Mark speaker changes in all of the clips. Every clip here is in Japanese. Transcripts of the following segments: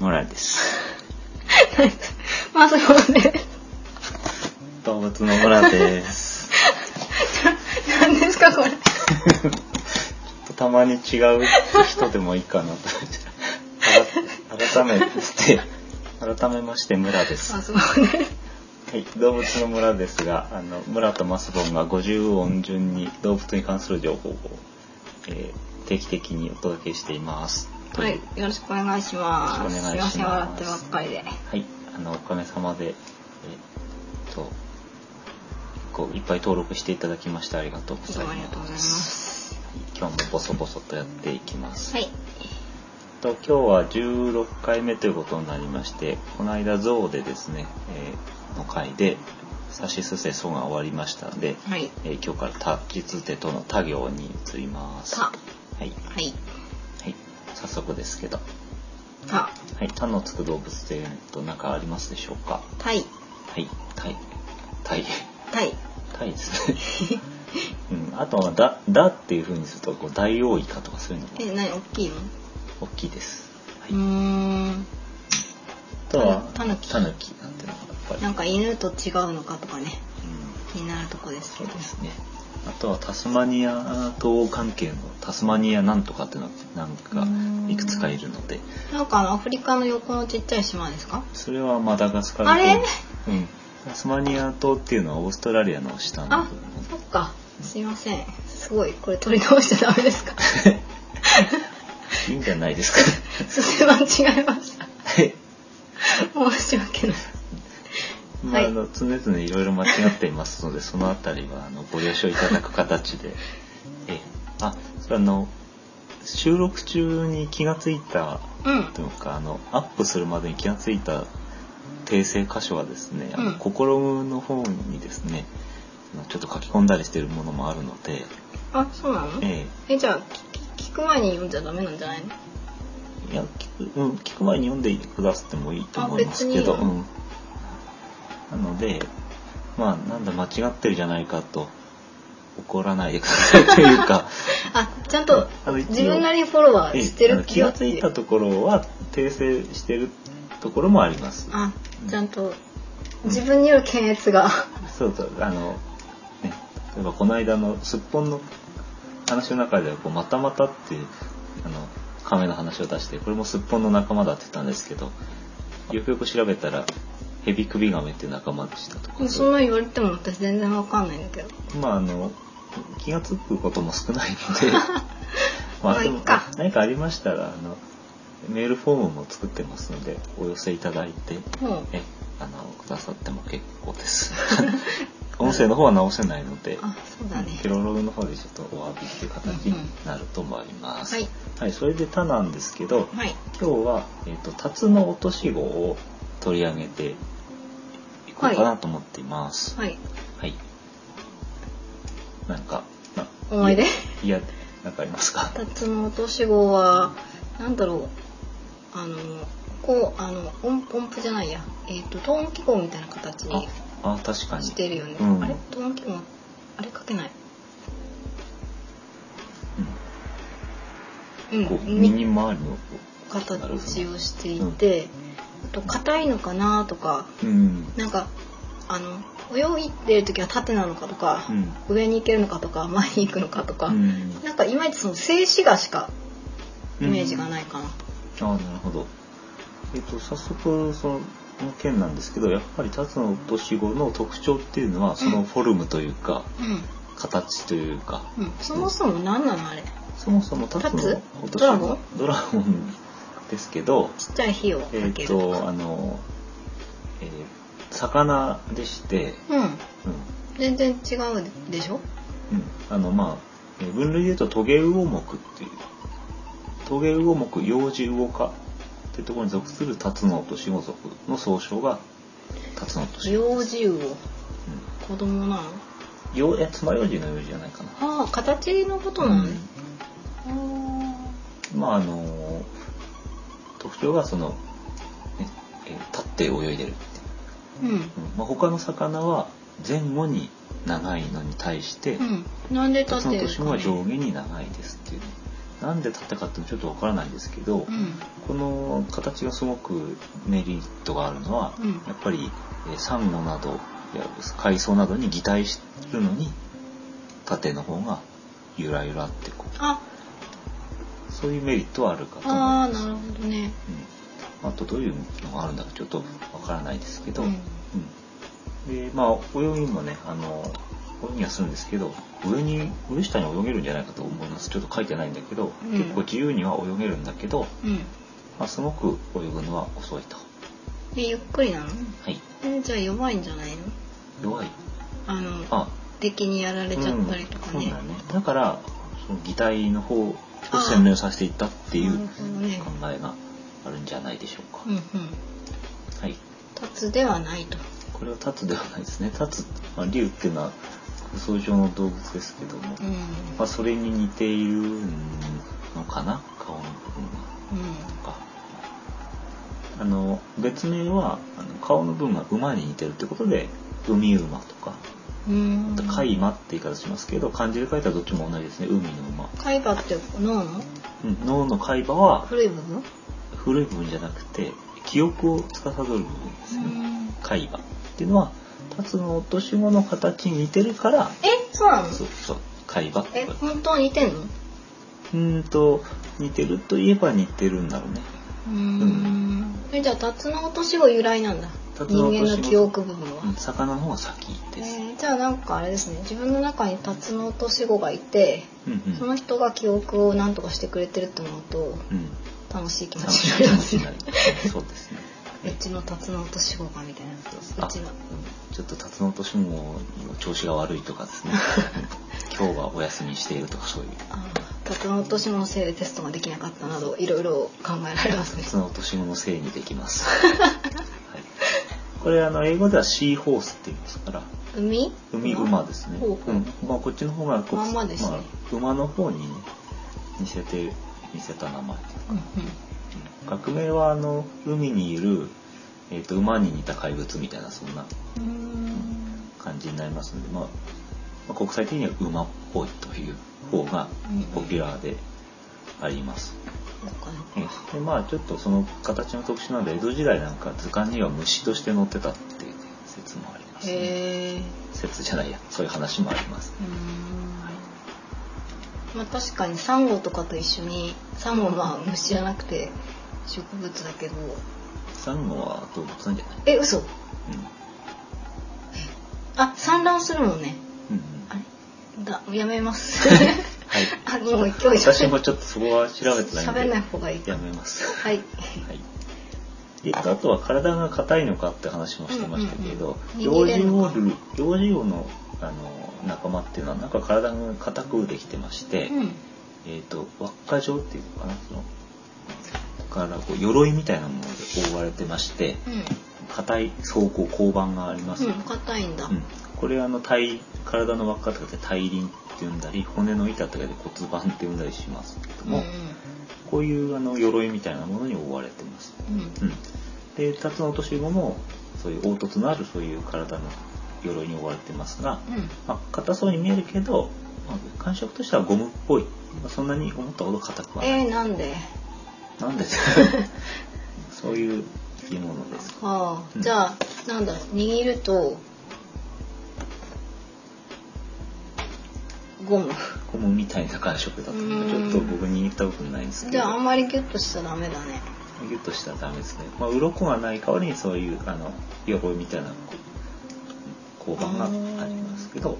Speaker 1: モラです。
Speaker 2: まあそうね。
Speaker 1: 動物のモラです。
Speaker 2: 何ですかこれ。
Speaker 1: たまに違う人でもいいかなと思って。改めて、改めまして村です。
Speaker 2: ま
Speaker 1: は
Speaker 2: あそうね。
Speaker 1: い、動物の村ですが、あの、村とマスボンが50音順に動物に関する情報を、えー定期的にお届けしています。と
Speaker 2: は
Speaker 1: いう
Speaker 2: い、よろしくお願いします。
Speaker 1: よろしくお願いします
Speaker 2: すいません、笑ってばっかりで。
Speaker 1: はい、あの、おかげさまで、えっと、こういっぱい登録していただきましてありがとうござい
Speaker 2: どうもありがとうござい
Speaker 1: ま。
Speaker 2: ますす。
Speaker 1: 今日もボソボソとやっていきます。
Speaker 2: はい。
Speaker 1: と今日は16回目ということになりまして、この間ゾウでですね、えーの回で、サシスセソが終わりましたので、
Speaker 2: はい。
Speaker 1: えー今日からタキツテとの他行に移ります。
Speaker 2: た
Speaker 1: は。い、
Speaker 2: はい。
Speaker 1: はい、早速ですけど、
Speaker 2: た。
Speaker 1: はい、他のつく動物というと何かありますでしょうか。
Speaker 2: たい。
Speaker 1: はい、タイ、タイ、
Speaker 2: たい。
Speaker 1: タイですね。 うん、あとはだ、だっていう風にすると、こう大王イカとかそういうのも
Speaker 2: え、何大きいの、
Speaker 1: 大きいです。は
Speaker 2: う
Speaker 1: い。
Speaker 2: ーん。
Speaker 1: あとは、
Speaker 2: タヌキ
Speaker 1: タヌキなんていうのがやっぱり、う、
Speaker 2: なんんか犬と違うのかとかね、気になるとこです
Speaker 1: そ
Speaker 2: け
Speaker 1: う
Speaker 2: ど。
Speaker 1: ですね。あとはタスマニア島関係のタスマニアなんとかっていうのがなんかいくつかいるので、
Speaker 2: なんかあのアフリカの横のちっちゃい島ですか
Speaker 1: それはマダガスカル
Speaker 2: あれ
Speaker 1: うん。タスマニア島っていうのはオーストラリアの下の
Speaker 2: あ
Speaker 1: 部分なん、で
Speaker 2: そっか。すいません。すごい、これ取り直しちゃダメ ですか
Speaker 1: いいんじゃない ですか。
Speaker 2: 進まん違いました。
Speaker 1: はい。
Speaker 2: 申し訳ない。
Speaker 1: まあ、
Speaker 2: はい
Speaker 1: あの常々いろいろ間違っています のでそのあたりはあのご了承いただく形でええあそれあの収録中に気がついた
Speaker 2: うん。
Speaker 1: というかあのアップするまでに気がついた訂正箇所はですね、あ
Speaker 2: うん
Speaker 1: の心の方にですねあのちょっと書き込んだりしているものもあるので、
Speaker 2: あ、そうなの
Speaker 1: え
Speaker 2: え、じゃあ、聞聞く前に読んじゃダメなんじゃないの
Speaker 1: えいや聞く,、うん、聞く前に読んでくださってもいいと思いますけど、
Speaker 2: あ
Speaker 1: う
Speaker 2: 別に
Speaker 1: ん、なのでまあなんだ間違ってるじゃないかと怒らないでくださいという か
Speaker 2: あ、ちゃんと
Speaker 1: あの一応
Speaker 2: 自分なりにフォロワーして
Speaker 1: ええあ
Speaker 2: る
Speaker 1: の気がついたところは訂正してるところもあります。
Speaker 2: あ、ちゃんと自分による検閲が。
Speaker 1: そうそう、あの、ね、例えばこの間のすっぽんの話の中では、こう、またまたっていう、あの、亀の話を出して、これもすっぽんの仲間だって言ったんですけど、よくよく調べたら、ヘビクビガメっていう仲間でしたと
Speaker 2: も
Speaker 1: か、
Speaker 2: うそんな言われても私全然わかんないんだけど。
Speaker 1: まあ、あの、気がつくことも少ないの で、
Speaker 2: まあいいか
Speaker 1: 何かありましたら、あの、メールフォームも作ってますので、お寄せいただいて、
Speaker 2: もう、
Speaker 1: え、あの、くださっても結構 です。音声の方は直せないので、
Speaker 2: あ、そうだね。
Speaker 1: ケロログの方でちょっとお詫びっていう形になると思います。
Speaker 2: はい。
Speaker 1: はい、それで他なんですけど、
Speaker 2: はい。
Speaker 1: 今日は、えっ、と、タツの落とし子を取り上げていこうかなと思っています。
Speaker 2: はい。
Speaker 1: はい。なんか、な
Speaker 2: 思い出
Speaker 1: いや、なんかありますか
Speaker 2: タツノオトシゴは、なんだろう。あの、こう、あの、音音符じゃないや。えっ、と、トーン記号みたいな形
Speaker 1: あ
Speaker 2: に、
Speaker 1: あ、確かに
Speaker 2: し。てるよね。
Speaker 1: うん
Speaker 2: あれトーン記号、あれ書けない。う
Speaker 1: うん、こう、
Speaker 2: ん。
Speaker 1: 右回りの
Speaker 2: 形をしていて、あと硬いのかなとか
Speaker 1: うん。
Speaker 2: なんかあの泳いでる時は縦なのかとか
Speaker 1: う、ん。
Speaker 2: 上に行けるのかとか前に行くのかとか、
Speaker 1: うん
Speaker 2: なんかいまいちその静止画しかイメージが
Speaker 1: い、
Speaker 2: ないかな。
Speaker 1: ああなるほどえっ、と早速その件なんですけどやっぱりタツノオトシゴの特徴っていうのはそのフォルムというか、
Speaker 2: う
Speaker 1: 形というか
Speaker 2: ん、うん、そもそも何なのあれ
Speaker 1: そもそもタツノオトシ
Speaker 2: タ
Speaker 1: ゴドラゴンですけど
Speaker 2: ちっちゃい火をか
Speaker 1: えっ、
Speaker 2: けると
Speaker 1: と
Speaker 2: か、
Speaker 1: あの、えー魚でして、
Speaker 2: うん
Speaker 1: うん
Speaker 2: 全然違うでしょ
Speaker 1: うん、あのまあえー分類で言うとトゲウオ目っていうトゲウオ目幼児ウオ科っていうところに属するタツノオトシゴ属の総称がタツノオトシゴ、
Speaker 2: 幼児魚子供なの
Speaker 1: うん、ようえつまようじの幼児じゃないかな、
Speaker 2: ああ形のことなのね、
Speaker 1: うんまああのー特徴がその、ねえー立って泳いでるって
Speaker 2: うんうん
Speaker 1: いう、うんまあ、他の魚は前後に長いのに対して、
Speaker 2: うん、なんで
Speaker 1: タツ
Speaker 2: 立っ
Speaker 1: ノオ
Speaker 2: てる
Speaker 1: トシゴ
Speaker 2: か、
Speaker 1: は
Speaker 2: ね、
Speaker 1: 上下に長いですっていうなんで立ったかってもちょっとわからないんですけど、
Speaker 2: うん
Speaker 1: この形がすごくメリットがあるのは、
Speaker 2: うん
Speaker 1: やっぱりえーサンゴなどいや海藻などに擬態してるのに縦の方がゆらゆらってこ
Speaker 2: あ
Speaker 1: うそういうメリットはあるかと思い
Speaker 2: あ
Speaker 1: ま
Speaker 2: ー
Speaker 1: す。
Speaker 2: なるほどね
Speaker 1: うん、あとどういうのがあるんだかちょっとわからないですけど、
Speaker 2: う
Speaker 1: うんんでまあ泳ぎもねあの泳ぎはするんですけど上に上下に泳げるんじゃないかと思いますちょっと書いてないんだけど、
Speaker 2: うん
Speaker 1: 結構自由には泳げるんだけど、
Speaker 2: うん
Speaker 1: まあ、すごく泳ぐのは遅いと。
Speaker 2: えゆっくりなの
Speaker 1: はい、
Speaker 2: えじゃあ弱いんじゃないの
Speaker 1: 弱い
Speaker 2: あの
Speaker 1: あ
Speaker 2: 敵にやられちゃったりとか
Speaker 1: うん、そ
Speaker 2: ね,、
Speaker 1: うだねだからその擬態の方を洗練させていったってい
Speaker 2: なる
Speaker 1: う
Speaker 2: ほどね
Speaker 1: 考えがあるんじゃないでしょうか、
Speaker 2: うんうん
Speaker 1: はい
Speaker 2: 立つではないと
Speaker 1: これはタツではないですねタツ、まあ、竜っていうのは空想上の動物ですけども、
Speaker 2: うん
Speaker 1: まあ、それに似ているのかな顔の部分が
Speaker 2: う
Speaker 1: とかあの別名はあの顔の部分が馬に似てるってことで海馬とか
Speaker 2: んうん
Speaker 1: あと海馬って言い方しますけど漢字で書いたらどっちも同じですね海の馬
Speaker 2: 海馬って脳の
Speaker 1: うん脳の海馬は
Speaker 2: 古い部分
Speaker 1: 古い部分じゃなくて記憶を司る部分ですね
Speaker 2: ん
Speaker 1: 海馬っていうのはタツの落とし物の形に似てるから
Speaker 2: えそうなの
Speaker 1: そうそう海馬って
Speaker 2: え
Speaker 1: 言われて
Speaker 2: 本当に似てんのう
Speaker 1: うーんと似てるといえば似てるんだろうね
Speaker 2: ーんえじゃあタツノオトシゴ由来なんだ
Speaker 1: タツ
Speaker 2: 人
Speaker 1: ノオトシゴ
Speaker 2: 間の記憶部分は、
Speaker 1: うん魚の方が先
Speaker 2: え
Speaker 1: です
Speaker 2: ーじゃあなんかあれですね自分の中にタツノオトシゴがいて
Speaker 1: うんうん
Speaker 2: その人が記憶を何とかしてくれてるって思うと
Speaker 1: うん
Speaker 2: 楽しい気持
Speaker 1: 楽
Speaker 2: ち
Speaker 1: し
Speaker 2: に
Speaker 1: い気持ちに
Speaker 2: なりますね
Speaker 1: なるそうですね
Speaker 2: うちのタツノオトシゴがみたいなう
Speaker 1: あ
Speaker 2: ちの
Speaker 1: うんちょっとタツノオトシゴの調子が悪いとか ですねうん今日はお休みしているとかそういう
Speaker 2: あータツノオトシゴのせいでテストができなかったなどいろいろ考えられますね
Speaker 1: その年のせいにでき ます。はい、これあの英語ではシーホースって言いますから、
Speaker 2: 海
Speaker 1: 海馬ですね。
Speaker 2: ほうほう
Speaker 1: うん、まあこっちの方がこう
Speaker 2: まんまですね
Speaker 1: あ馬の方にね似せて似せた名前。
Speaker 2: うん
Speaker 1: 学名はあの海にいるえっ、と馬に似た怪物みたいなそんな
Speaker 2: うんうん
Speaker 1: 感じになりますので、まあ、まあ国際的には馬っぽいという方がポピュラーであります。
Speaker 2: なんかね
Speaker 1: ええでまあちょっとその形の特殊なので江戸時代なんか図鑑には虫として載ってたっていう説もあります、ね、
Speaker 2: へえ
Speaker 1: 説じゃないやそういう話もあります
Speaker 2: うーんまあ確かにサンゴとかと一緒にサンゴは虫じゃなくて植物だけど
Speaker 1: サンゴは動物なんじゃない
Speaker 2: え嘘あ産卵するもんね
Speaker 1: うん、うんうん
Speaker 2: あれだやめます
Speaker 1: はい
Speaker 2: あもう今日
Speaker 1: 私もちょっとそこは調べてないんで
Speaker 2: 喋んない方がいいか
Speaker 1: やめますは
Speaker 2: はい
Speaker 1: いえっと、あとは体が硬いのかって話もしてましたけど、
Speaker 2: うんうんう
Speaker 1: 幼
Speaker 2: ん
Speaker 1: 児王ル幼児王のあの仲間っていうのはなんか体が硬くできてまして、
Speaker 2: うん
Speaker 1: えっ、と、輪っか状っていうのかな、その、だからこう鎧みたいなもので覆われてまして、硬い装甲、鋼板があります。
Speaker 2: う
Speaker 1: うんん
Speaker 2: うん硬いんだ、
Speaker 1: これあの体体の輪っかとかで体輪って呼んだり骨の板とかで骨盤って呼んだりしますけど
Speaker 2: うんう
Speaker 1: も、
Speaker 2: ん
Speaker 1: こういうあの鎧みたいなものに覆われてます、
Speaker 2: うん
Speaker 1: うん、でタツノオトシゴもそういう凹凸のあるそういう体の鎧に覆われてますが、
Speaker 2: うん
Speaker 1: まあ、硬そうに見えるけど、まあ感触としてはゴムっぽい、まあ、そんなに思ったほど硬くはない、
Speaker 2: えー、なんで
Speaker 1: なん ですそういう生き物です
Speaker 2: あ
Speaker 1: う
Speaker 2: あ
Speaker 1: ん
Speaker 2: じゃあなんだろう握るとゴム
Speaker 1: ゴムみたいな感触だと
Speaker 2: う
Speaker 1: ち
Speaker 2: ー
Speaker 1: ょ
Speaker 2: ん
Speaker 1: っと僕握ったことないんですけ
Speaker 2: じ
Speaker 1: ど
Speaker 2: ゃああんまりギュッとしちゃダメだね
Speaker 1: ギュッとしたらダメですね、まあ、鱗がない代わりにそういうあの鎧みたいなこう交番がありますけど、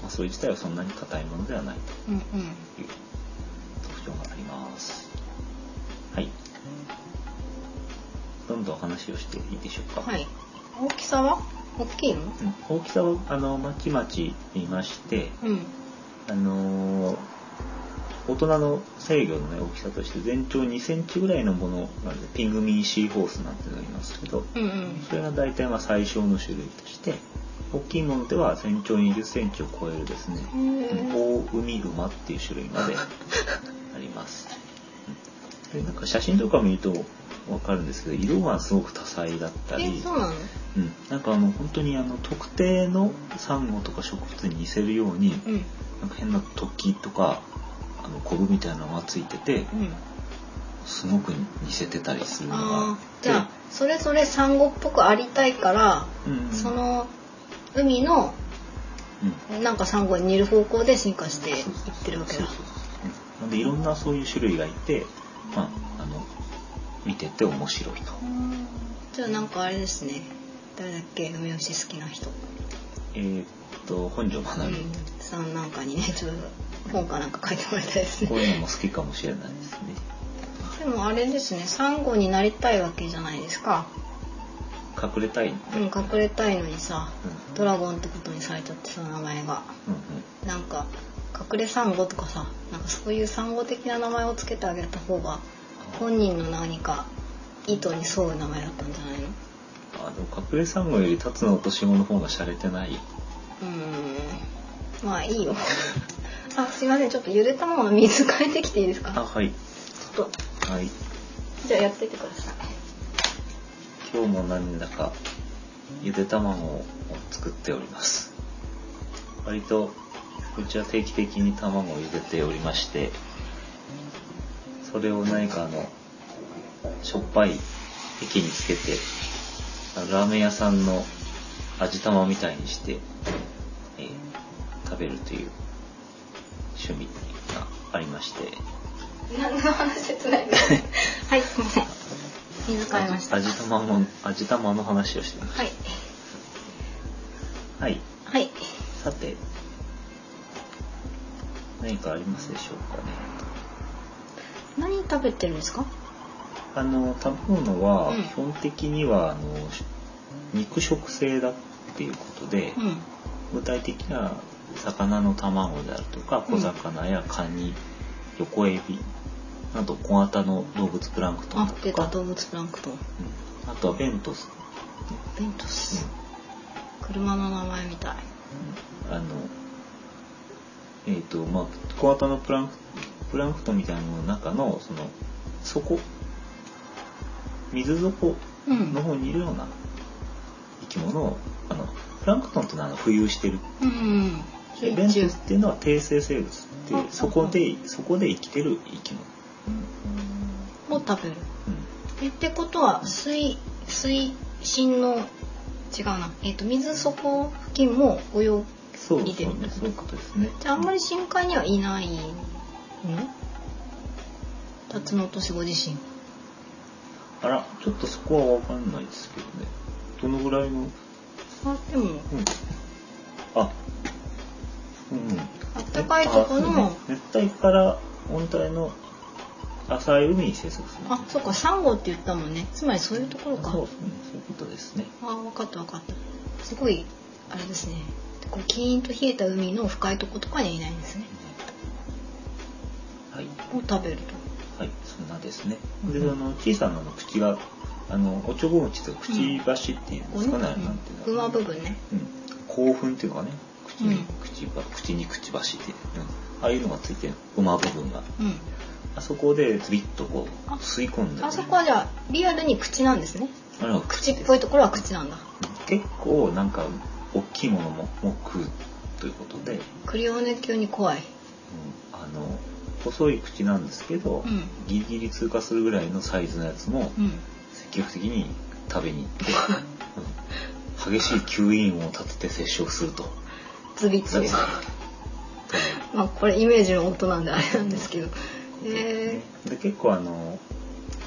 Speaker 1: まあ、それ自体はそんなに硬いものではないと
Speaker 2: うんうん
Speaker 1: いう特徴がありますはいどんどん話をしていいでしょうか
Speaker 2: はい大きさは大きいの
Speaker 1: うん大きさはあのまちまちいまして、
Speaker 2: うん
Speaker 1: あのー大人の制御の、ね、大きさとして全長2センチぐらいのものなんでピングミンシーホースなんていうのがいますけど
Speaker 2: うんうん
Speaker 1: それが大体まあ最小の種類として大きいものでは全長20センチを超えるですね、うん
Speaker 2: へ
Speaker 1: 大海熊っていう種類まであります。うんでなんか写真とか見るとわかるんですけど色がすごく多彩だった
Speaker 2: え
Speaker 1: り。
Speaker 2: えそうなの
Speaker 1: うん、なんかあの本当にあの特定のサンゴとか植物に似せるように
Speaker 2: うん
Speaker 1: なんか変な突起とかあのコブみたいなのがついてて
Speaker 2: うん
Speaker 1: すごく似せてたりするのがあ
Speaker 2: あ
Speaker 1: っ
Speaker 2: ー
Speaker 1: て
Speaker 2: じゃあそれぞれサンゴっぽくありたいから、
Speaker 1: うんうん
Speaker 2: その海の
Speaker 1: うん
Speaker 2: なんかサンゴに似る方向で進化していってるわけだ
Speaker 1: そうそうそうなんでいろんなそういう種類がいて、まあ、あの見てて面白いと
Speaker 2: うんじゃあなんかあれですね誰だっけ梅干し好きな人、
Speaker 1: えーっと本上ま
Speaker 2: う
Speaker 1: なみ
Speaker 2: ん、さんなんかにねちょっと本かなんか書いてもらいたいです
Speaker 1: こ
Speaker 2: ね
Speaker 1: ういうのも好きかもしれないです ね
Speaker 2: でもあれですねサンゴになりたいわけじゃないですか
Speaker 1: 隠れたいうん
Speaker 2: うん隠れたいのにさドラゴンってことにされちゃってその名前が
Speaker 1: うん
Speaker 2: なんか隠れサンゴとかさなんかそういうサンゴ的な名前をつけてあげた方が
Speaker 1: うん
Speaker 2: 本人の何か意図に沿う名前だったんじゃないの
Speaker 1: あでも隠れサンゴよりタツノオトシゴの方が洒落てないう
Speaker 2: ーんまあいいよあすいませんちょっと茹で卵の水変えてきていいです
Speaker 1: あ
Speaker 2: か
Speaker 1: はい
Speaker 2: ちょっと
Speaker 1: はい
Speaker 2: じゃあやっててくだ さい
Speaker 1: 今日もなんだかゆで卵を作っております割とうちは定期的に卵を茹でておりましてそれを何かあのしょっぱい液につけてあのラーメン屋さんの味玉みたいにして、えー食べるという趣味がありまして
Speaker 2: 何の話説明はいすいません水変えましたはい
Speaker 1: 味味玉も味玉の話をしてましたはい
Speaker 2: はい
Speaker 1: さて、何かありますでしょうかね。
Speaker 2: 何食べてるんですか
Speaker 1: あの、食べ物は
Speaker 2: うん
Speaker 1: 基本的には、あの、肉食性だっていうことで、
Speaker 2: うん
Speaker 1: 具体的には魚の卵であるとか、
Speaker 2: う
Speaker 1: 小
Speaker 2: ん
Speaker 1: 魚やカニ、横エビなど小型の動物プランクトン
Speaker 2: あ
Speaker 1: だと
Speaker 2: 出た
Speaker 1: か、
Speaker 2: 動物プランクトン
Speaker 1: うんあとはベントス、
Speaker 2: ベントス車の名前みたい
Speaker 1: あの、えっ、と、まあ、小型のプランク、プランクトンみたいなのの中の、その、底、水底
Speaker 2: うん
Speaker 1: の方にいるような生き物を、あの、プランクトンっていうのはあの浮遊してる。
Speaker 2: うん
Speaker 1: で、ベントスっていうのは低生生物っていう、そこで、そこで生きてる生き物。
Speaker 2: もう食べる
Speaker 1: うん。
Speaker 2: えってことは水水深の違うな、えっと水底付近も泳ぐ
Speaker 1: そう
Speaker 2: 見
Speaker 1: そ
Speaker 2: てる
Speaker 1: う、そういうことですね。
Speaker 2: じゃああんまり深海にはいないのタツノオトシゴ自身
Speaker 1: あら、ちょっとそこはわかんないですけどね。どのぐらいの、うん。
Speaker 2: あでも
Speaker 1: あ、うん。
Speaker 2: あったかいとこの
Speaker 1: 熱帯から温帯の浅い海に生息する
Speaker 2: あそうかサンゴって言ったもんねつまりそういうところか
Speaker 1: そうですねそういうことですね
Speaker 2: あ分かった分かったすごいあれですねこうキーンと冷えた海の深いとことかにはいないんですね
Speaker 1: はい
Speaker 2: を食べると
Speaker 1: はいそんなですね
Speaker 2: うん
Speaker 1: でその小さなあの口があのおちょぼ口というかくちばしっていうんで
Speaker 2: こ
Speaker 1: すか
Speaker 2: の
Speaker 1: ね、なんていう
Speaker 2: うん
Speaker 1: の
Speaker 2: 馬部分ね
Speaker 1: うん興奮っていうかね口
Speaker 2: う
Speaker 1: に
Speaker 2: ん
Speaker 1: 口ば口に口ばしって、うん、ああいうのがついてる馬部分が
Speaker 2: うん
Speaker 1: あそこでズビッとこう
Speaker 2: あ
Speaker 1: 吸い込んで
Speaker 2: あそこはじゃあリアルに口なんですね
Speaker 1: あれが
Speaker 2: 口
Speaker 1: 口
Speaker 2: っ
Speaker 1: です
Speaker 2: ぽいところは口なんだ
Speaker 1: 結構なんか大きいものもも食うということで、うん
Speaker 2: クリオネ級に怖い
Speaker 1: あの細い口なんですけど、
Speaker 2: うん
Speaker 1: ギリギリ通過するぐらいのサイズのやつも
Speaker 2: うん
Speaker 1: 積極的に食べに行って、うん激しい吸引音を立てて接触すると。
Speaker 2: ズビッとですね まあこれイメージの音なんであれなんですけどえ
Speaker 1: で結構あの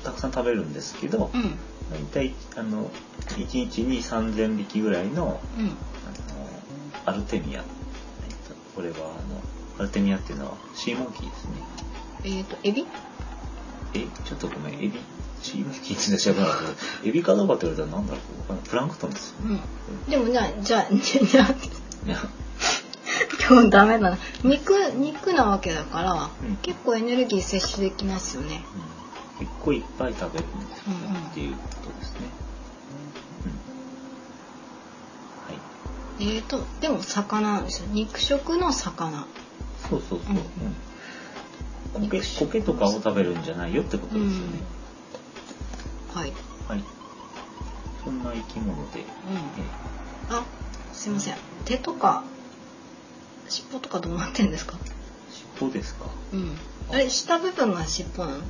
Speaker 1: たくさん食べるんですけど
Speaker 2: ー、う、ん
Speaker 1: 大体あの1日に3,000匹ぐらいの
Speaker 2: うん
Speaker 1: あのアルテミア、えっとこれはあのアルテミアっていうのはシーモンキーですね
Speaker 2: えっ、とエビ
Speaker 1: えちょっとごめんエビシーモンキーって知らなかったけどエビかどうかって言われたらなんだろうわかんないプランクトンですよね
Speaker 2: うんでもじゃあじゃあ じゃあ
Speaker 1: いや
Speaker 2: 今日ダメだな肉肉なわけだから、
Speaker 1: うん
Speaker 2: 結構エネルギー摂取できますよね
Speaker 1: うん、結構いっぱい食べるんですよね
Speaker 2: うんうん
Speaker 1: っていうことですね、うん、はい
Speaker 2: えっ、とでも魚なんですよ肉食の魚
Speaker 1: そうそうそう、
Speaker 2: う
Speaker 1: う
Speaker 2: ん
Speaker 1: ん、苔苔とかを食べるんじゃないよってことですよね、
Speaker 2: はいうん
Speaker 1: はいそんな生き物で、
Speaker 2: あすいません手とか尻尾とかどうなってんですか
Speaker 1: 尻尾ですか
Speaker 2: うんあれ下部分が尻尾なの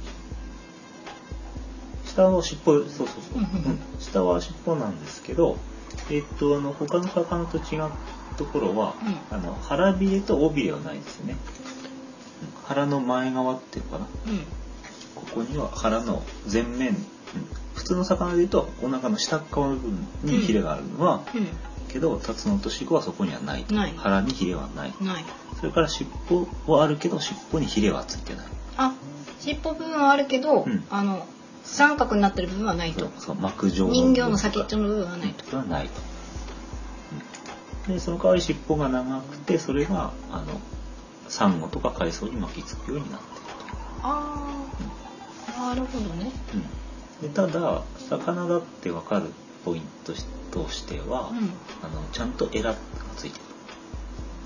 Speaker 1: 下の尻尾そうそうそう、
Speaker 2: うんうんうん
Speaker 1: 下は尻尾なんですけどえっとあの他の魚と違うところは、あの腹びれと尾びれはないですねうん腹の前側っていうのかな
Speaker 2: うんうん
Speaker 1: ここには腹の前面、うん普通の魚でいうとお腹の下っ側の部分にヒレがあるのは、けどタツノオトシゴはそこにはないと
Speaker 2: ない
Speaker 1: 腹にヒレはない
Speaker 2: うんない
Speaker 1: それから尻尾はあるけど尻尾にヒレはついてない
Speaker 2: あ尻尾部分はあるけど、
Speaker 1: うん
Speaker 2: あの三角になってる部分はない
Speaker 1: そ
Speaker 2: と
Speaker 1: うそう膜状
Speaker 2: 人形の先っちょの部分はないと
Speaker 1: ではないと。でその代わり尻尾が長くてそれがあのサンゴとか海藻に巻きつくようになっている
Speaker 2: ああなるほどね
Speaker 1: と。うん、でただ魚だって分かるポイントしとしては、
Speaker 2: うん
Speaker 1: あのちゃんとエラがついてる。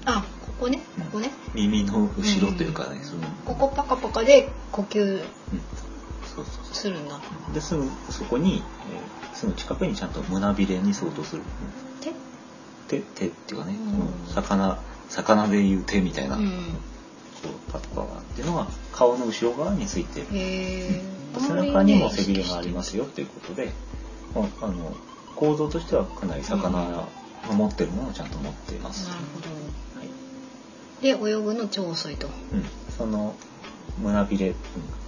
Speaker 2: あここねここね
Speaker 1: 耳の後ろというかね、その
Speaker 2: ここパカパカで呼吸
Speaker 1: うん、そうそうそう。
Speaker 2: するんだ
Speaker 1: ですぐそこに、えーすぐ近くにちゃんと胸びれに相当する。
Speaker 2: 手
Speaker 1: 手手っていうかね、
Speaker 2: うん
Speaker 1: この魚魚でいう手みたいな、
Speaker 2: うん
Speaker 1: こうパッパーっていうのは顔の後ろ側についてる
Speaker 2: へえ
Speaker 1: 背中にも背びれがありますよっていうことで、まあ、あの構造としてはかなり魚の持ってるものをちゃんと持っています、
Speaker 2: なるほど
Speaker 1: はい
Speaker 2: で泳ぐの超遅いと
Speaker 1: うん、その胸びれうん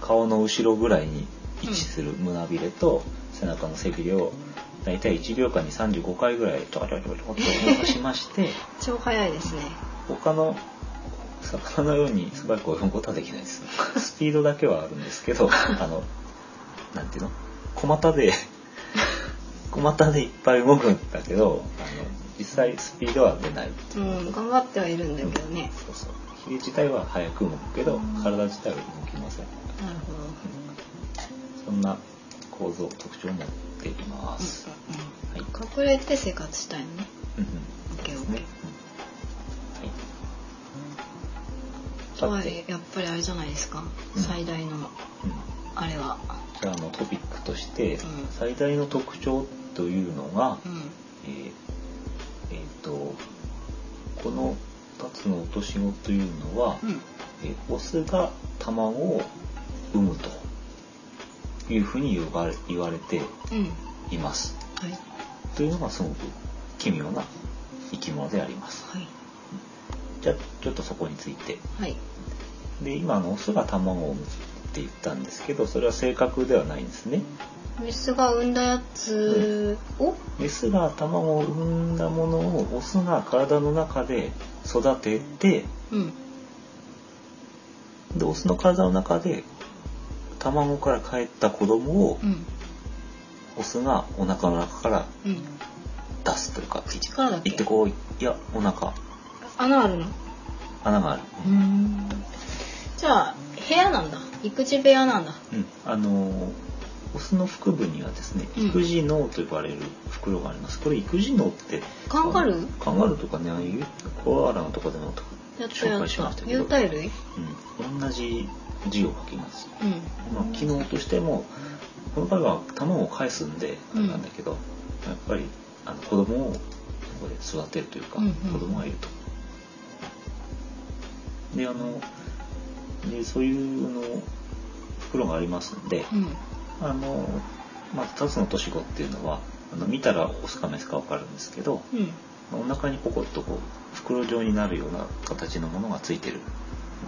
Speaker 1: 顔の後ろぐらいに位置する胸びれと背中の背びれを大体1秒間に35回ぐらいちょこちょこちょこちょこっと動かしまして。
Speaker 2: 超早いですね
Speaker 1: 他の魚のように素早く泳ぐことはできないですスピードだけはあるんですけ どあのなんていうの小股で小股でいっぱい動くんだけどあの実際スピードは出ない
Speaker 2: うん頑張ってはいるんだけどね
Speaker 1: そうそうヒレ自体は速く動くけど
Speaker 2: うん
Speaker 1: 体自体は動きません
Speaker 2: なるほどうんうん
Speaker 1: そんな構造特徴を持っています、はい
Speaker 2: うん隠れて生活したいのね
Speaker 1: うんうん
Speaker 2: オッケー
Speaker 1: で
Speaker 2: オ
Speaker 1: す
Speaker 2: ッケ
Speaker 1: ね
Speaker 2: ーと
Speaker 1: うんは
Speaker 2: はい
Speaker 1: さて
Speaker 2: いえやっぱりあれじゃないですか、
Speaker 1: うん
Speaker 2: 最大の
Speaker 1: うん
Speaker 2: あれは
Speaker 1: じゃああのトピックとして
Speaker 2: ん
Speaker 1: 最大の特徴というのが、
Speaker 2: うん
Speaker 1: えーえーとこの2つの落とし子というのは、
Speaker 2: うん
Speaker 1: えーオスが卵を産むというふうに言われ言われて
Speaker 2: うん
Speaker 1: います。
Speaker 2: はい
Speaker 1: というのがすごく奇妙な生き物であります。
Speaker 2: はい
Speaker 1: じゃあちょっとそこについて
Speaker 2: はい
Speaker 1: で今あのオスが卵を産むって言ったんですけどそれは正確ではないんですね。
Speaker 2: メスが産んだやつを、
Speaker 1: メスが卵を産んだものをオスが体の中で育てて
Speaker 2: うん、
Speaker 1: でオスの体の中で卵から帰った子供を
Speaker 2: うん
Speaker 1: オスがお腹の中から
Speaker 2: うん
Speaker 1: 出すというか
Speaker 2: 口からだっけ
Speaker 1: 行ってこいいやお腹
Speaker 2: 穴あるの
Speaker 1: 穴がある、
Speaker 2: うんじゃあ部屋なんだ育児部屋なんだ
Speaker 1: うん、あのーオスの腹部にはですね
Speaker 2: うん
Speaker 1: 育児脳と呼ばれる袋がありますこれ育児脳って
Speaker 2: カンガルー
Speaker 1: カンガルーとかねああいうコアラのとかでもとか、
Speaker 2: やったや
Speaker 1: 紹介しま
Speaker 2: っ
Speaker 1: した
Speaker 2: た
Speaker 1: けど
Speaker 2: 有袋類
Speaker 1: うん、同じ字を書きます
Speaker 2: うん
Speaker 1: まあ、機能としてもこの場合は卵を返すんであ
Speaker 2: うん
Speaker 1: れなんだけど、やっぱりあの子供をここで育てるというか、
Speaker 2: うんうん
Speaker 1: 子供がいると。であのでそういうあの袋がありますんで、
Speaker 2: うん
Speaker 1: あのまあ、2つの年子っていうのはあの見たらオスかメスか分かるんですけど
Speaker 2: うん
Speaker 1: お腹にポコッとこう袋状になるような形のものがついてる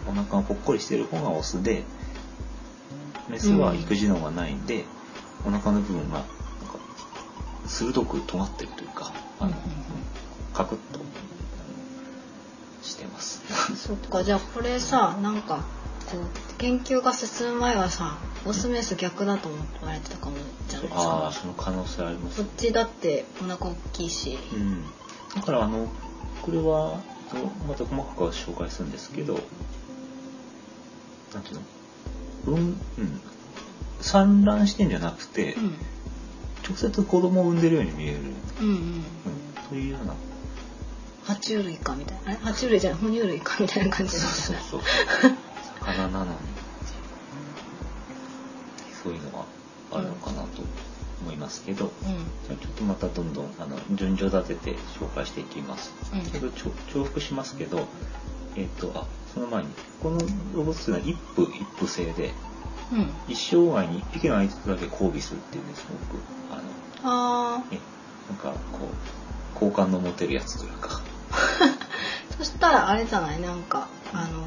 Speaker 1: お腹がぽっこりしてる方がオスでメスは育児能がないんで、お腹の部分がなんか鋭く尖ってるというかあの、
Speaker 2: うんうん
Speaker 1: カクッとあのしてます。
Speaker 2: そっかじゃあこれさなんかこう研究が進む前はさオスメス逆だと思って言われてたかもじゃないです
Speaker 1: ああ
Speaker 2: か
Speaker 1: その可能性あります
Speaker 2: そっちだってお腹大きいし
Speaker 1: うん、だからあのこれはとまた細かくは紹介するんですけどなんていうの、うんうん、産卵してんじゃなくて、
Speaker 2: うん
Speaker 1: 直接子供を産んでるように見える、
Speaker 2: うんうん
Speaker 1: うん、というような
Speaker 2: 爬虫類かみたいなあれ爬虫類じゃない哺乳類かみたいな感じだった
Speaker 1: そう
Speaker 2: ね
Speaker 1: そう魚なのにそういうのがあるのかなと思いますけど。
Speaker 2: うん
Speaker 1: じゃあちょっとまたどんどんあの順序立てて紹介していきます。
Speaker 2: うん
Speaker 1: けどちょ重複しますけどえっ、とあその前にこの動物っていうのは一夫一夫制で
Speaker 2: うん
Speaker 1: 一生涯に一匹の相手とだけ交尾するっていうねすごくあの
Speaker 2: あ
Speaker 1: ねなんかこう好感の持てるやつというか
Speaker 2: ーそしたらあれじゃないなんかあの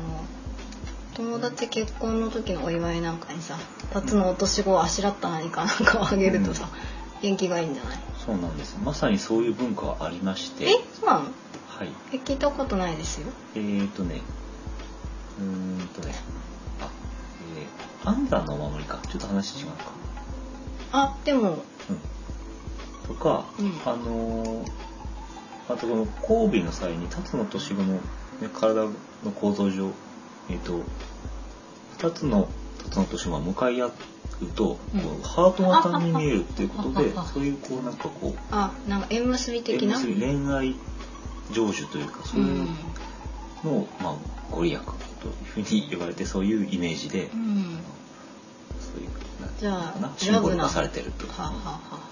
Speaker 2: 友達結婚の時のお祝いなんかにさ辰のお年子をあしらった何かなんかをあげるとさ、元気がいいんじゃない
Speaker 1: そうなんですまさにそういう文化はありまして
Speaker 2: えそうなの
Speaker 1: はい
Speaker 2: え聞いたことないですよ
Speaker 1: えー、とねうーんとねあえー、アンダーのお守りかちょっと話違うか
Speaker 2: あでも
Speaker 1: とか、
Speaker 2: うん
Speaker 1: あのーあとこの交尾の際に辰の年子の、ね、体の構造上、えー、と2つの辰の年子が向かい合うと、
Speaker 2: うん
Speaker 1: こうハート型に見えるっていうことで
Speaker 2: あああ
Speaker 1: そういうこうなんかこう
Speaker 2: あなんか縁結び的
Speaker 1: 縁
Speaker 2: な
Speaker 1: 結び恋愛成就というかそううい
Speaker 2: ん
Speaker 1: うのを、まあ、ご利益というふうに言われてそういうイメージで、
Speaker 2: うん
Speaker 1: そういうなんてい
Speaker 2: じ
Speaker 1: う
Speaker 2: ゃ
Speaker 1: のかな
Speaker 2: あ
Speaker 1: シンボル
Speaker 2: ラブな
Speaker 1: 化されてるという
Speaker 2: はあ、はあは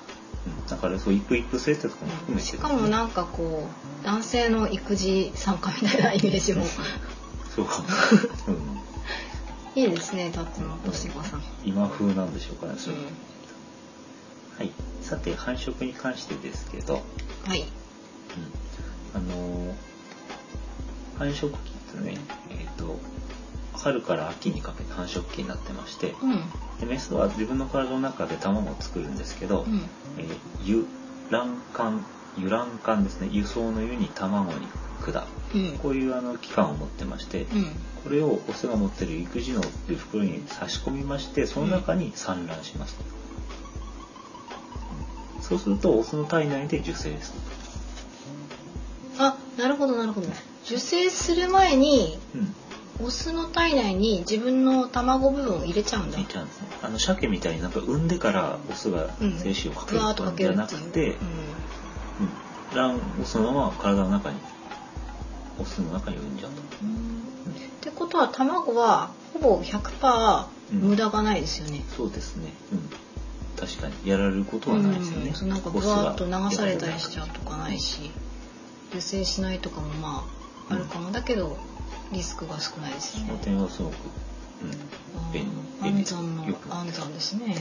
Speaker 1: うんだからそう一夫一夫制ってとこも
Speaker 2: あ
Speaker 1: 含めて
Speaker 2: しかもなんかこう男性の育児参加みたいなイメー ジも
Speaker 1: そうかも、うん
Speaker 2: いいですね辰野俊子さん、
Speaker 1: 今風なんでしょうかね、それ
Speaker 2: う
Speaker 1: はいさて繁殖に関してですけど、
Speaker 2: ん、はい
Speaker 1: うんあのー繁殖期ってねえっ、と春から秋にかけて繁殖期になってまして
Speaker 2: うん
Speaker 1: でメスは自分の体の中で卵を作るんですけど、
Speaker 2: うん
Speaker 1: えー輸卵管輸卵管ですね輸送の輸に卵に管
Speaker 2: うん
Speaker 1: こういうあの器官を持ってまして、
Speaker 2: うん
Speaker 1: これをオスが持ってる育児のっていう袋に差し込みましてその中に産卵します、そうするとオスの体内で受精する
Speaker 2: あなるほどなるほど受精する前に
Speaker 1: うん
Speaker 2: オスの体内に自分の卵部分を入れちゃうんだ
Speaker 1: いいちゃうんですねあの鮭みたいになんか産んでからオスが
Speaker 2: うん
Speaker 1: 精子をかけ
Speaker 2: ぶ
Speaker 1: る
Speaker 2: わーっとかけ
Speaker 1: じゃ
Speaker 2: る
Speaker 1: な
Speaker 2: って
Speaker 1: く
Speaker 2: いう
Speaker 1: て、うん卵をそのまま体の中にオスの中に産んじゃうと
Speaker 2: うんうんってことは卵はほぼ100%
Speaker 1: うん
Speaker 2: 無駄がないですよね、
Speaker 1: そうですねうん確かにやられることはないですよね、
Speaker 2: うん、なんか
Speaker 1: オ
Speaker 2: ぶ
Speaker 1: スが
Speaker 2: わーっと流されたりしちゃう
Speaker 1: やられ
Speaker 2: とかないし受精しないとかもまああるかもだけどリスクが少ないですよ
Speaker 1: な
Speaker 2: ね
Speaker 1: いその点はすごく、うん、便
Speaker 2: う
Speaker 1: 利
Speaker 2: ん
Speaker 1: 便利
Speaker 2: 安産の
Speaker 1: よく
Speaker 2: 安産ですね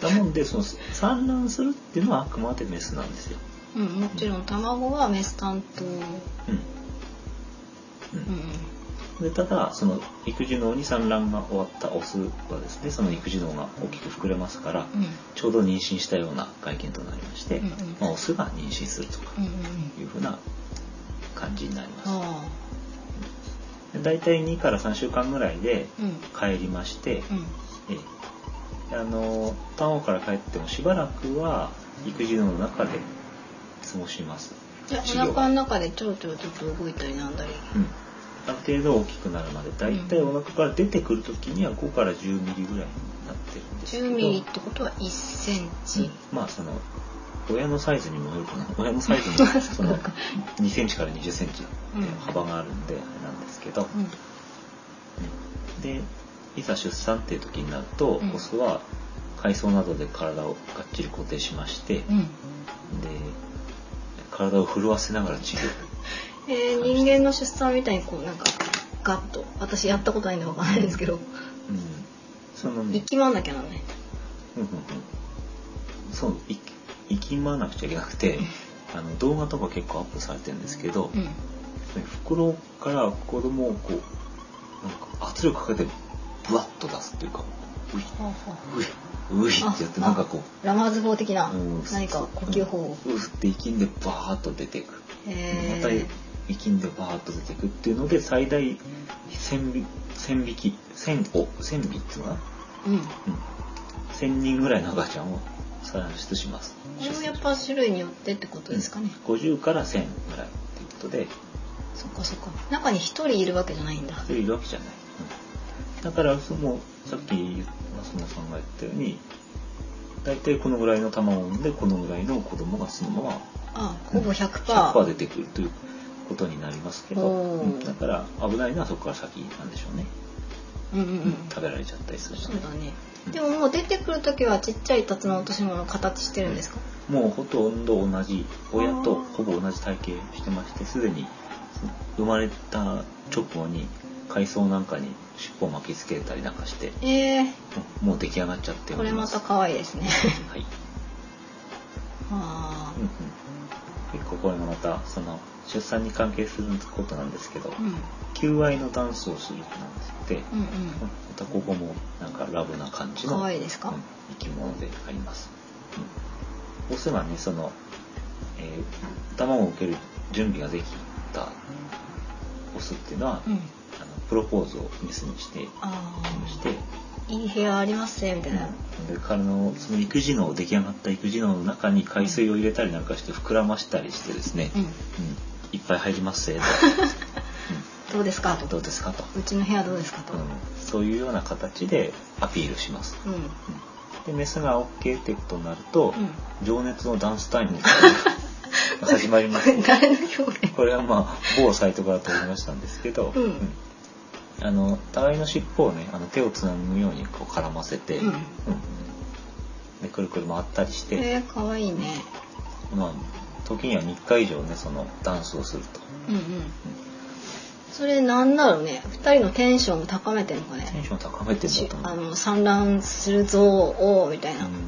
Speaker 1: だもんでその産卵するっていうのはあくまでメスなんですよ。
Speaker 2: うんもちろん卵はメス担当
Speaker 1: うん
Speaker 2: うん
Speaker 1: でただその育児脳に産卵が終わったオスはですねその育児脳が大きく膨れますから
Speaker 2: うん
Speaker 1: ちょうど妊娠したような外見となりまして、
Speaker 2: うんうん
Speaker 1: まあ、オスが妊娠するとか
Speaker 2: うんうんうんうん
Speaker 1: いうふうな感じになります。
Speaker 2: あ
Speaker 1: で大体2から3週間ぐらいで
Speaker 2: あうん
Speaker 1: 帰りまして、
Speaker 2: うん
Speaker 1: ええあの卵から帰ってもしばらくは育児脳の中で過ごします。
Speaker 2: じゃあお
Speaker 1: 授業
Speaker 2: 腹の中でちょろちょろちょっと動いたりなんだり
Speaker 1: うんある程度大きくなるまでだいたいお腹から出てくる時には5から1 0ミリぐらいになってるんですけど
Speaker 2: 10ミリってことは1セン
Speaker 1: う
Speaker 2: チ
Speaker 1: ん、まあその親のサイズにもよるかな親のサイ ズにその2センチから2 0センチ
Speaker 2: うん
Speaker 1: 幅があるんであれなんですけど、
Speaker 2: うん
Speaker 1: うんでいざ出産っていう時になると、
Speaker 2: うん
Speaker 1: オスは海藻などで体をがっちり固定しまして、で
Speaker 2: うん
Speaker 1: 体を震わせながら治療
Speaker 2: えー人間の出産みたいにこうなんかガッと私やったことないんでわかんないですけど
Speaker 1: うんそのね
Speaker 2: 力まんなきゃなんない
Speaker 1: うんうんうん、そうい息まなくちゃいけなくてあの動画とか結構アップされてるんですけど、
Speaker 2: うん
Speaker 1: 袋から子供をこうなんか圧力かけてブワッと出すっていうかういういうってやって
Speaker 2: あ
Speaker 1: なんかこ
Speaker 2: ラマーズ法的な
Speaker 1: う、うん、
Speaker 2: 何か呼吸法を、
Speaker 1: うんうって息んでバーッと出てくる、
Speaker 2: え
Speaker 1: また
Speaker 2: ー
Speaker 1: 息んでバーッと出てくっていうので最大1000匹1000匹1000を1000匹っていうのかな
Speaker 2: うん、
Speaker 1: 1000人ぐらいの赤ちゃんを産出します
Speaker 2: これもやっぱ種類によってってことですかね、
Speaker 1: 50から1000ぐらいっていうことで
Speaker 2: そっかそっか中に一人いるわけじゃないんだ
Speaker 1: それいるわけじゃない、うん、だからそのさっき松本さんが言ったように大体このぐらいの卵を産んでこのぐらいの子供がそのまま
Speaker 2: あほぼ
Speaker 1: 100%
Speaker 2: 100%、
Speaker 1: 出てくるということになりますけど、
Speaker 2: おー
Speaker 1: うんだから危ないのはそこから先なんでしょうね、
Speaker 2: うんうんうん
Speaker 1: 食べられちゃったりするの
Speaker 2: そ
Speaker 1: で
Speaker 2: うだねでももう出てくる時はちっちゃいタツノオトシゴの形してるんですか、
Speaker 1: もうほとんど同じ親とほぼ同じ体型してましてすでに生まれた直後に海藻なんかに尻尾を巻きつけたりなんかして
Speaker 2: え
Speaker 1: うんもう出来上がっちゃって
Speaker 2: ー、
Speaker 1: お
Speaker 2: これ
Speaker 1: りま
Speaker 2: ますた可愛い ですね
Speaker 1: はい、
Speaker 2: あ
Speaker 1: うんうん、結構これがまたその出産に関係することなんですけど、
Speaker 2: ー、うん、うん
Speaker 1: 求愛のダンスをするなんですって、
Speaker 2: うん
Speaker 1: またここもなんかラブな感じの
Speaker 2: 可愛いですか
Speaker 1: うん生き物であります、うん、オスはねその、えー卵を受ける準備ができたオスっていうのは、
Speaker 2: うん
Speaker 1: あのプロポーズをメスにして
Speaker 2: あ
Speaker 1: して、
Speaker 2: ーいい部屋ありますねみたいな、
Speaker 1: で彼のその育児の出来上がった育児の中に海水を入れたりなんかして膨らましたりしてですね、
Speaker 2: うん
Speaker 1: うんいっぱい入りますせと、
Speaker 2: どうですか
Speaker 1: うんどうですかと、
Speaker 2: うちの部屋どうですかと、
Speaker 1: う
Speaker 2: うんん
Speaker 1: そういうような形でアピールしますでメスが OK ってことになると、
Speaker 2: う
Speaker 1: 情熱のダンスタイ ムが始まりま
Speaker 2: こ
Speaker 1: す
Speaker 2: れ 誰の表現
Speaker 1: これはまあ某サイトから取りましたんですけど、
Speaker 2: うん
Speaker 1: あの互いの尻尾をねあの手をつなぐようにこう絡ませて、
Speaker 2: うん
Speaker 1: でくるくる回ったりして、
Speaker 2: えー、可愛いね
Speaker 1: まあ、時には3日以上ねそのダンスをすると
Speaker 2: うんうんそれなんだろうね二人のテンションを高めてるのか
Speaker 1: テン
Speaker 2: ね
Speaker 1: ション高めてるんだ
Speaker 2: し
Speaker 1: と
Speaker 2: あ
Speaker 1: 思う、
Speaker 2: の産卵するぞおーみたいな、
Speaker 1: うんね、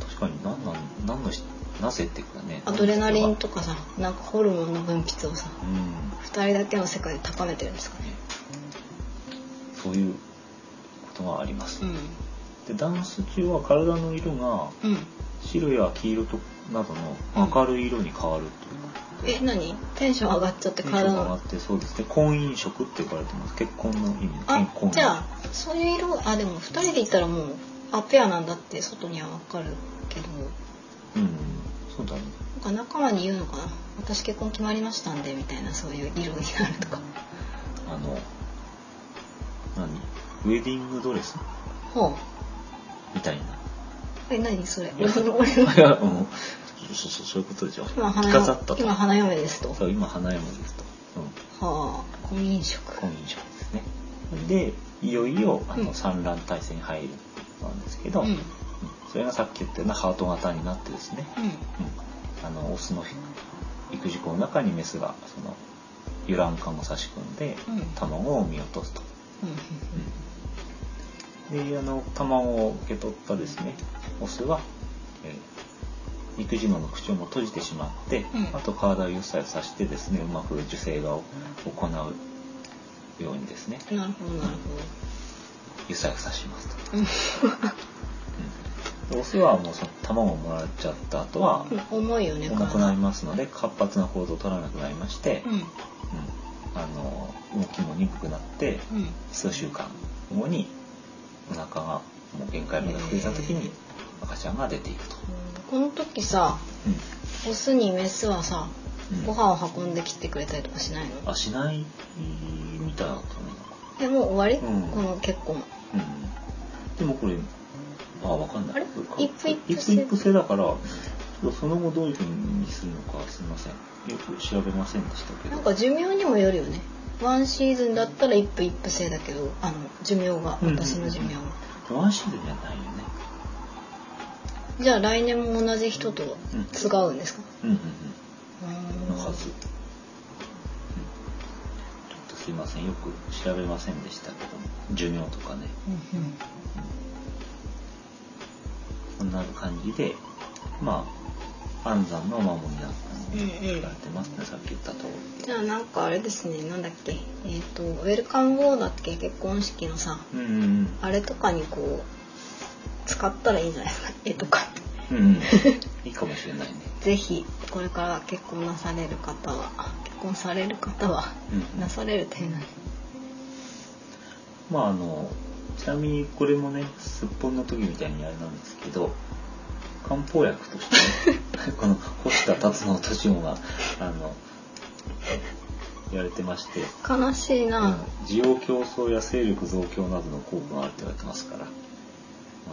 Speaker 1: 確かに何なん何のしなぜっていうかね
Speaker 2: アドレナリン
Speaker 1: か、
Speaker 2: とかさなんかホルモンの分泌をさ
Speaker 1: うん、
Speaker 2: 二人だけの世界で高めてるんですかね
Speaker 1: そういうことがあります、
Speaker 2: うん
Speaker 1: でダンス中は体の色が
Speaker 2: うん
Speaker 1: 白や黄色となどの明るい色に変わるという
Speaker 2: え何テンション上がっちゃって
Speaker 1: テンション
Speaker 2: 体
Speaker 1: が上が
Speaker 2: の
Speaker 1: ってそうですね婚姻色って呼ばれてます結婚の意味の
Speaker 2: あ
Speaker 1: 婚姻
Speaker 2: じゃあそういう色あでも二人でいたらもうアペアなんだって外には分かるけど
Speaker 1: うんそうだね
Speaker 2: なんか仲間に言うのかな私結婚決まりましたんでみたいなそういう色になるとか
Speaker 1: あの何ウェディングドレス
Speaker 2: ほ
Speaker 1: みたい な
Speaker 2: うえ何それ
Speaker 1: いや
Speaker 2: 俺の俺の
Speaker 1: いやもうそうそうそういうことでしょ
Speaker 2: 今
Speaker 1: 着
Speaker 2: 花
Speaker 1: 飾
Speaker 2: 嫁
Speaker 1: ったと
Speaker 2: 今花嫁ですと
Speaker 1: そう今花山ですと、うん、
Speaker 2: はあ婚姻色
Speaker 1: 婚姻色ですねでいよいよあ
Speaker 2: う
Speaker 1: の
Speaker 2: ん
Speaker 1: 産卵体制に入るなんですけど、
Speaker 2: うん
Speaker 1: う
Speaker 2: うん
Speaker 1: んそれがさっき言ったようなハート型になってですね、うん、あのオスの育児庫の中にメスがその揺らん感を差し込んで
Speaker 2: うん
Speaker 1: 卵を産み落とすと、であの卵を受け取ったですねオスは、えー育児の口をも閉じてしまって、
Speaker 2: うん
Speaker 1: あと体をゆさゆさしてですねうまく受精がを行うようにですね
Speaker 2: うんなるほどなる
Speaker 1: ゆさゆさしますと。
Speaker 2: ほどうん
Speaker 1: でオスはもうその卵をもらっちゃった後は、
Speaker 2: 重いよね
Speaker 1: お亡くなりますので活発な行動を取らなくなりまして、
Speaker 2: うん
Speaker 1: うんあの動きも鈍くなって
Speaker 2: うん
Speaker 1: 数週間後にお腹がもう限界まで膨れた時に赤ちゃんが出ていくと、
Speaker 2: この時さオスにメスはさ
Speaker 1: うんうん
Speaker 2: ご飯を運んできてくれたりとかしないの
Speaker 1: あしないみたいだったね
Speaker 2: えもう終わり、
Speaker 1: うん
Speaker 2: この結婚
Speaker 1: うんでもこれあわかんない
Speaker 2: あれ
Speaker 1: こか
Speaker 2: 一夫一夫制
Speaker 1: 一夫一夫制だからちょっとその後どういうふうにするのかすみませんよく調べませんでしたけど
Speaker 2: なんか寿命にもよるよねワンシーズンだったら一夫一夫制だけどあの寿命が
Speaker 1: うん
Speaker 2: 私の寿命は、
Speaker 1: ワンシーズンじゃないよね
Speaker 2: じゃあ来年も同じ人と違うんですか、
Speaker 1: うんうん
Speaker 2: う
Speaker 1: うん
Speaker 2: ん
Speaker 1: のはず、うん、ちょっとすいませんよく調べませんでしたけど寿命とかね
Speaker 2: うん
Speaker 1: そんな感じでまあ安産のお守りだったので
Speaker 2: うんうん
Speaker 1: 言われてますね、さっき言った通り
Speaker 2: じゃあなんかあれですねなんだっけえっ、とウェルカムボーだっけ結婚式のさ
Speaker 1: うんうん
Speaker 2: あれとかにこう使ったらいいんじゃないですか絵とか
Speaker 1: うんうんうんいいかもしれないね
Speaker 2: ぜひこれから結婚なされる方はあ結婚される方は
Speaker 1: うん
Speaker 2: なされるっていうのは
Speaker 1: まああのちなみにこれもねすっぽんの時みたいにあれなんですけど漢方薬として、 ね、この星田辰野敏夫があの言われてまして、
Speaker 2: 悲しいな、
Speaker 1: 需要競争や勢力増強などの効果があるって言われてますから、ま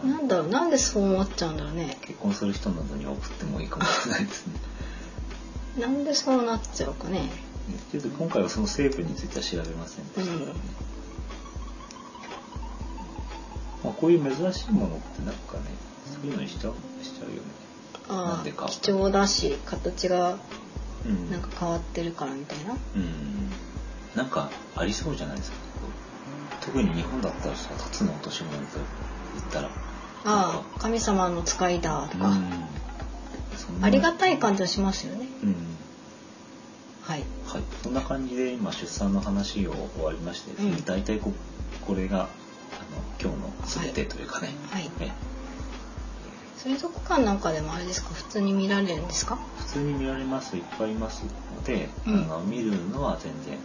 Speaker 1: あ
Speaker 2: なんだろうなんでそう思っちゃうんだろうね
Speaker 1: 結婚する人などには送ってもいいかもしれないですね
Speaker 2: なんでそうなっちゃうかね
Speaker 1: ちょっと今回はその成分については調べませんでしたけどね、まあ、こういう珍しいものってなんかねそういうのにしちゃうしちゃうよねなん
Speaker 2: あ
Speaker 1: でか
Speaker 2: あ貴重だし形が
Speaker 1: うん
Speaker 2: なんか変わってるからみたいな
Speaker 1: うんなんかありそうじゃないですかこう特に日本だったらさ辰の落とし物と言ったら
Speaker 2: ああ神様の使いだとか、
Speaker 1: そんな
Speaker 2: ありがたい感じはしますよね
Speaker 1: うん
Speaker 2: はい
Speaker 1: はい、そんな感じで今出産の話を終わりましてですね、
Speaker 2: うん
Speaker 1: 大体ここれがあの今日の全てというかね、
Speaker 2: はい
Speaker 1: え
Speaker 2: 水族館なんかでもあれですか普通に見られるんですか
Speaker 1: 普通に見られますいっぱいいますので、
Speaker 2: うん
Speaker 1: あの見るのは全然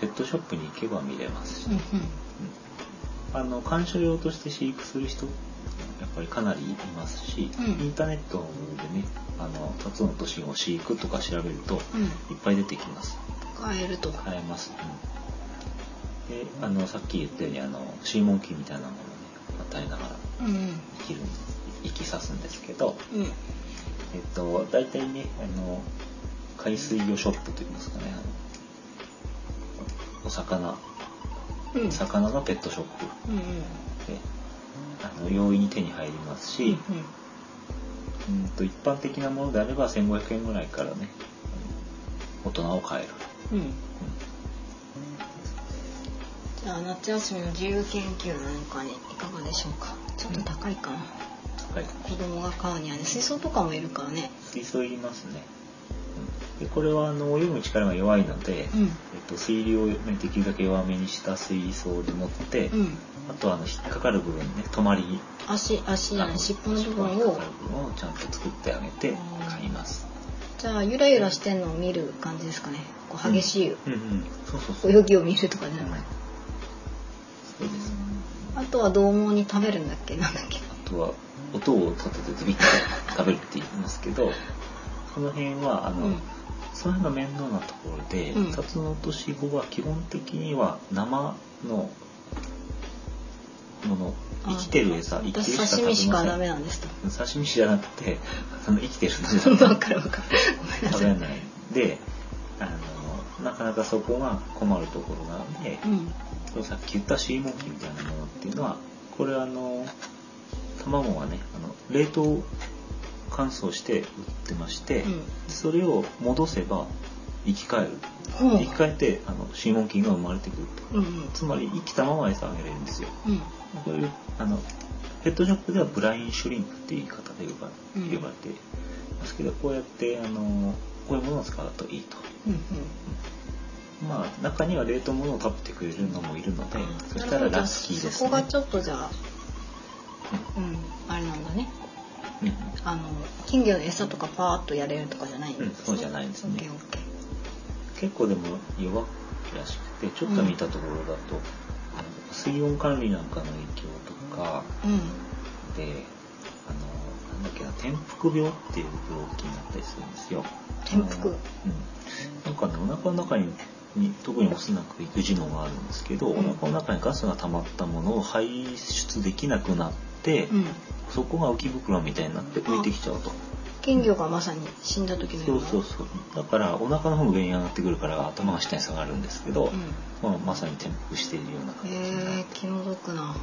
Speaker 1: ペットショップに行けば見れますし、
Speaker 2: うんうん
Speaker 1: あの鑑賞用として飼育する人やっぱりかなりいますし、
Speaker 2: うん
Speaker 1: インターネットでねあのタツノオトシゴを飼育とか調べると
Speaker 2: うん
Speaker 1: いっぱい出てきます
Speaker 2: 買えると
Speaker 1: 買えます、うん、であのさっき言ったようにあのシーモンキーみたいなものをね与えながら
Speaker 2: うんうん
Speaker 1: 生きる生きさすんですけど
Speaker 2: うん
Speaker 1: えっと大体ねあの海水魚ショップといいますかねあのお魚
Speaker 2: うん
Speaker 1: 魚のペットショップ
Speaker 2: うん
Speaker 1: であの容易に手に入ります
Speaker 2: うん
Speaker 1: し、うん、と一般的なものであれば1500円ぐらいからね大人を買える、
Speaker 2: うんうんじゃあ夏休みの自由研究なんかにいかがでしょうかちょっと高いかな、
Speaker 1: うん、はい
Speaker 2: 子供が買うにはね水槽とかもいるからね
Speaker 1: 水槽いりますね、うんでこれはあの泳ぐ力が弱いので、えっ
Speaker 2: うん
Speaker 1: と、水流を、ね、できるだけ弱めにした水槽に乗って、
Speaker 2: うん
Speaker 1: あとはあの引っかかる部分ね止まり
Speaker 2: 足足じゃない尻尾の部
Speaker 1: 尻尾に
Speaker 2: 分
Speaker 1: 引っ
Speaker 2: を
Speaker 1: かかる部分をちゃんと作ってあげて
Speaker 2: うん
Speaker 1: 買います、
Speaker 2: じゃあゆらゆらしてんのを見る感じですかねこう激しい
Speaker 1: うんうん、そうそうそう
Speaker 2: 泳ぎを見るとかじゃ
Speaker 1: うん
Speaker 2: なく
Speaker 1: そうですね
Speaker 2: あとは獰猛に食べるんだっけなんだっけ
Speaker 1: あとは音を立ててズビッと食べるって言いますけどその辺はあの、
Speaker 2: うん
Speaker 1: その辺が面倒なところで、
Speaker 2: うん
Speaker 1: タツノオトシゴは基本的には生のもの
Speaker 2: あ
Speaker 1: 生きてる餌生きてる
Speaker 2: 私刺身しかダメ
Speaker 1: な
Speaker 2: なんですと
Speaker 1: 刺身じゃなくて あの生きてるのじゃ
Speaker 2: 分
Speaker 1: なくて
Speaker 2: かる分かるごめんな
Speaker 1: 食
Speaker 2: さ
Speaker 1: べ
Speaker 2: い
Speaker 1: ないであのなかなかそこが困るところなので、
Speaker 2: うん
Speaker 1: そのさっき言ったシーモンキーみたいなものっていうのはこれあの卵はねあの冷凍乾燥して売ってまして、
Speaker 2: うん
Speaker 1: それを戻せば生き返る
Speaker 2: ほ
Speaker 1: 生き返ってあのシーモンキーが生まれてくると
Speaker 2: ううんうん
Speaker 1: つまり生きたまま餌をあげれるんですよ
Speaker 2: うん
Speaker 1: これあのペットショップではブラインシュリンプっていう言い方で呼ば
Speaker 2: うん
Speaker 1: 呼ばれてますけど、こうやってあのこういうものを使うといいと
Speaker 2: うんうん
Speaker 1: まあ中には冷凍物を食べてくれるのもいるので、そした
Speaker 2: な
Speaker 1: ら
Speaker 2: るほど
Speaker 1: ラッキーですね。
Speaker 2: そこがちょっとじゃあうんあれなんだね
Speaker 1: うん
Speaker 2: あの金魚の餌とかパーッとやれるとかじゃないんですね、
Speaker 1: うんそうじゃないんですね
Speaker 2: オッケーオッケー
Speaker 1: 結構でも弱くらしくて、ちょっと見たところだと、あの水温管理なんかの影響とか
Speaker 2: うん
Speaker 1: で、あのなんだっけな転覆病っていう病気になったりするんですよ。
Speaker 2: 転覆
Speaker 1: あのうん。なんかねお腹の中にに特にオスなんか育児能があるんですけど、
Speaker 2: うん
Speaker 1: お腹の中にガスが溜まったものを排出できなくなって、
Speaker 2: うん
Speaker 1: そこが浮き袋みたいになって浮いてきちゃうと。
Speaker 2: 金魚がまさに死んだ時の
Speaker 1: そ
Speaker 2: よう
Speaker 1: う
Speaker 2: な
Speaker 1: そうそう。だからお腹の方が上に上がってくるから頭が下に下がるんですけど、
Speaker 2: うん
Speaker 1: まあ、まさに転覆しているような形にな
Speaker 2: え
Speaker 1: る
Speaker 2: ー、気の毒な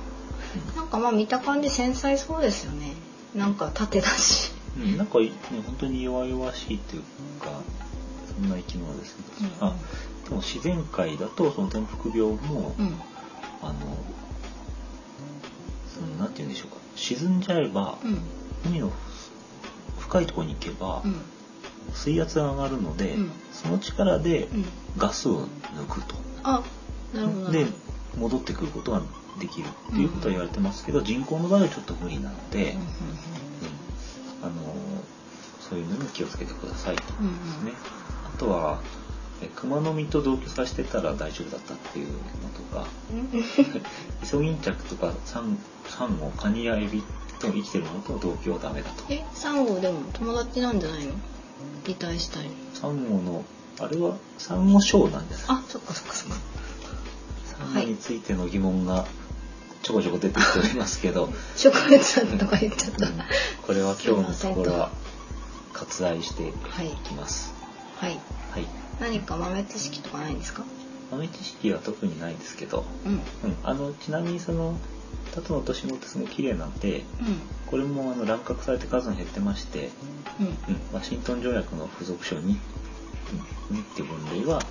Speaker 2: なんかまあ見た感じ繊細そうですよねなんか縦だし
Speaker 1: うんうんなんかね本当に弱々しいというかそんな生き物ですけど、
Speaker 2: うん
Speaker 1: あでも自然界だとその転覆病も、
Speaker 2: うん
Speaker 1: あのそのなんて言うんでしょうか沈んじゃえば、
Speaker 2: うん
Speaker 1: 海の深いところに行けば、
Speaker 2: うん
Speaker 1: 水圧が上がるので、
Speaker 2: うん
Speaker 1: その力で
Speaker 2: うん
Speaker 1: ガスを抜くと。
Speaker 2: あなるほどな
Speaker 1: で
Speaker 2: るほ
Speaker 1: 戻ってくることができるっていうことは言われてますけど、人工の場合はちょっと無理なので、うんあのそういうのに気をつけてくださいと、
Speaker 2: どうんうん
Speaker 1: ね、あとはえ熊の実と同居させてたら大丈夫だったっていうのとか
Speaker 2: うんうん
Speaker 1: イソギンチャクとかサンサンゴカニやエビと生きてるものと同居はダメだと
Speaker 2: えサンゴでも友達なんじゃないの擬態したり
Speaker 1: サンゴのあれはサンゴ礁なんです
Speaker 2: あそっかそっかそっか
Speaker 1: サンゴについての疑問がちょこちょこ出てきておりますけど
Speaker 2: 植物だとか言っちゃっ
Speaker 1: う
Speaker 2: た
Speaker 1: んこれは今日のところは割愛していきます。
Speaker 2: はい
Speaker 1: はい。
Speaker 2: 何か豆知識とかないんですか
Speaker 1: 豆知識は特にないですけど、
Speaker 2: うん
Speaker 1: うん、あのちなみにそのタツノオトシゴってすごい綺麗なんで、これもあの乱獲されて数が減ってまして、
Speaker 2: うんうん
Speaker 1: うん、ワシントン条約の付属書にニって分類は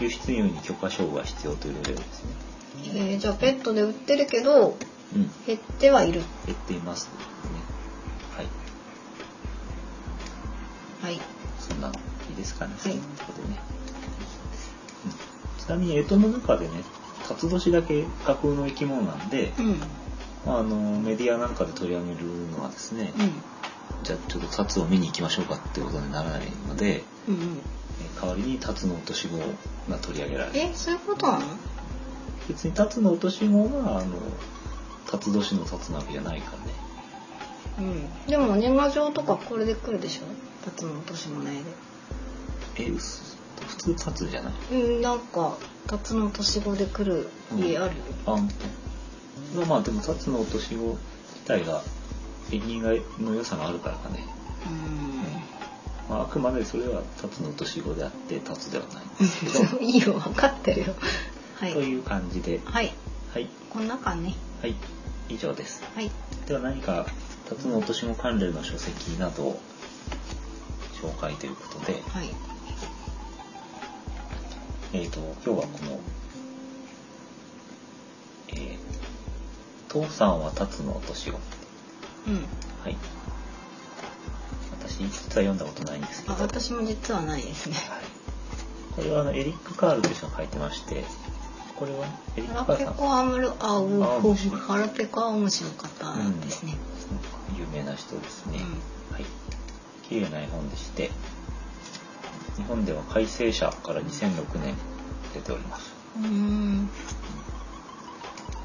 Speaker 1: 輸出入に許可証が必要というレベルですね。
Speaker 2: えーじゃあペットで売ってるけど
Speaker 1: うん、
Speaker 2: 減ってはいる
Speaker 1: 減っています、ね。はい、
Speaker 2: はい
Speaker 1: そんなのいいですかね。
Speaker 2: い
Speaker 1: そんなところでね。うん、ちなみに干支の中でね、辰年だけ架空の生き物なんで、
Speaker 2: うんうん
Speaker 1: あのメディアなんかで取り上げるのはですね、じゃあちょっと辰を見に行きましょうかってことにならないので、
Speaker 2: うんうん
Speaker 1: え代わりに辰の落とし子が取り上げられる。
Speaker 2: えそういうことなの
Speaker 1: 別に辰の落とし子はあの辰年の辰なわけじゃないからね。
Speaker 2: うんでも年賀状とかこれで来るでしょ辰の年もない
Speaker 1: え、嘘普通辰じゃない。
Speaker 2: でうんなんか辰の年後で来る家あるよ、
Speaker 1: あんまあまあでも辰の落とし子自体が縁起がの良さがあるからかね。
Speaker 2: う
Speaker 1: まあ、あくまでそれは辰の落とし子であって辰ではないんですけど。
Speaker 2: んいいよ分かってるよは
Speaker 1: と
Speaker 2: い
Speaker 1: いう感じで、
Speaker 2: はい
Speaker 1: はい、
Speaker 2: こんな感ね
Speaker 1: はい、以上です。
Speaker 2: はい
Speaker 1: では何か辰の落とし子関連の書籍などを紹介ということで、
Speaker 2: はい
Speaker 1: えー、と今日はこの「えー父さんは辰の落とし子」
Speaker 2: うん
Speaker 1: はい私実は読んだことないんですけ
Speaker 2: あ
Speaker 1: ど、はい、
Speaker 2: 私も実はないですね
Speaker 1: これはあのエリック・カールという人が書いてましてこれはねエリック・
Speaker 2: 腹
Speaker 1: カール
Speaker 2: ペ
Speaker 1: さん
Speaker 2: コアムルアウ
Speaker 1: あ
Speaker 2: フ
Speaker 1: 面白い
Speaker 2: 腹ペコアオムシの方ですね、
Speaker 1: 有名な人ですね、
Speaker 2: う
Speaker 1: はい綺麗な絵本でして日本では改正者から2006年出ております
Speaker 2: うーん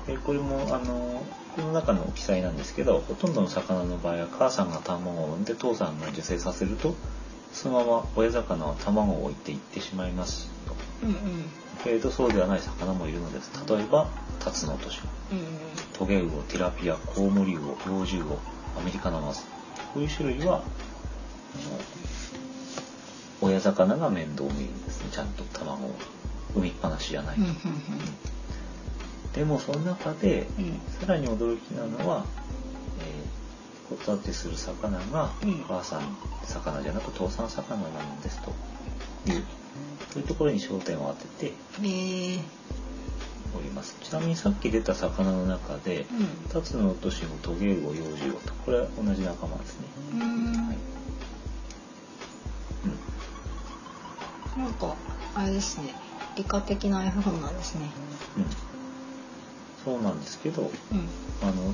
Speaker 1: でこれもあのこの中の記載なんですけどほとんどの魚の場合は母さんが卵を産んで父さんが受精させるとそのまま親魚は卵を置いていってしまいますと
Speaker 2: うんうん
Speaker 1: けれどそうではない魚もいるのです例えばタツノオトシゴ
Speaker 2: うん
Speaker 1: トゲウオティラピアコウモリウオ幼獣魚アメリカナマズこういう種類はあの親魚が面倒を見るんですねちゃんと卵を産みっぱなしじゃないと。
Speaker 2: うんうん
Speaker 1: でもその中で
Speaker 2: うんうん
Speaker 1: さらに驚きなのは、えー子育てする魚が
Speaker 2: うん
Speaker 1: お母さん魚じゃなく父さん魚なんですとそういうところに焦点を当てて
Speaker 2: えー
Speaker 1: おりますちなみにさっき出た魚の中で
Speaker 2: うん
Speaker 1: タツノオトシゴトゲウオ幼獣とこれは同じ仲間ですね、
Speaker 2: うーん
Speaker 1: はい
Speaker 2: なんかあれですね理科的な絵本なんですね
Speaker 1: うんうん、そうなんですけど
Speaker 2: うん
Speaker 1: あの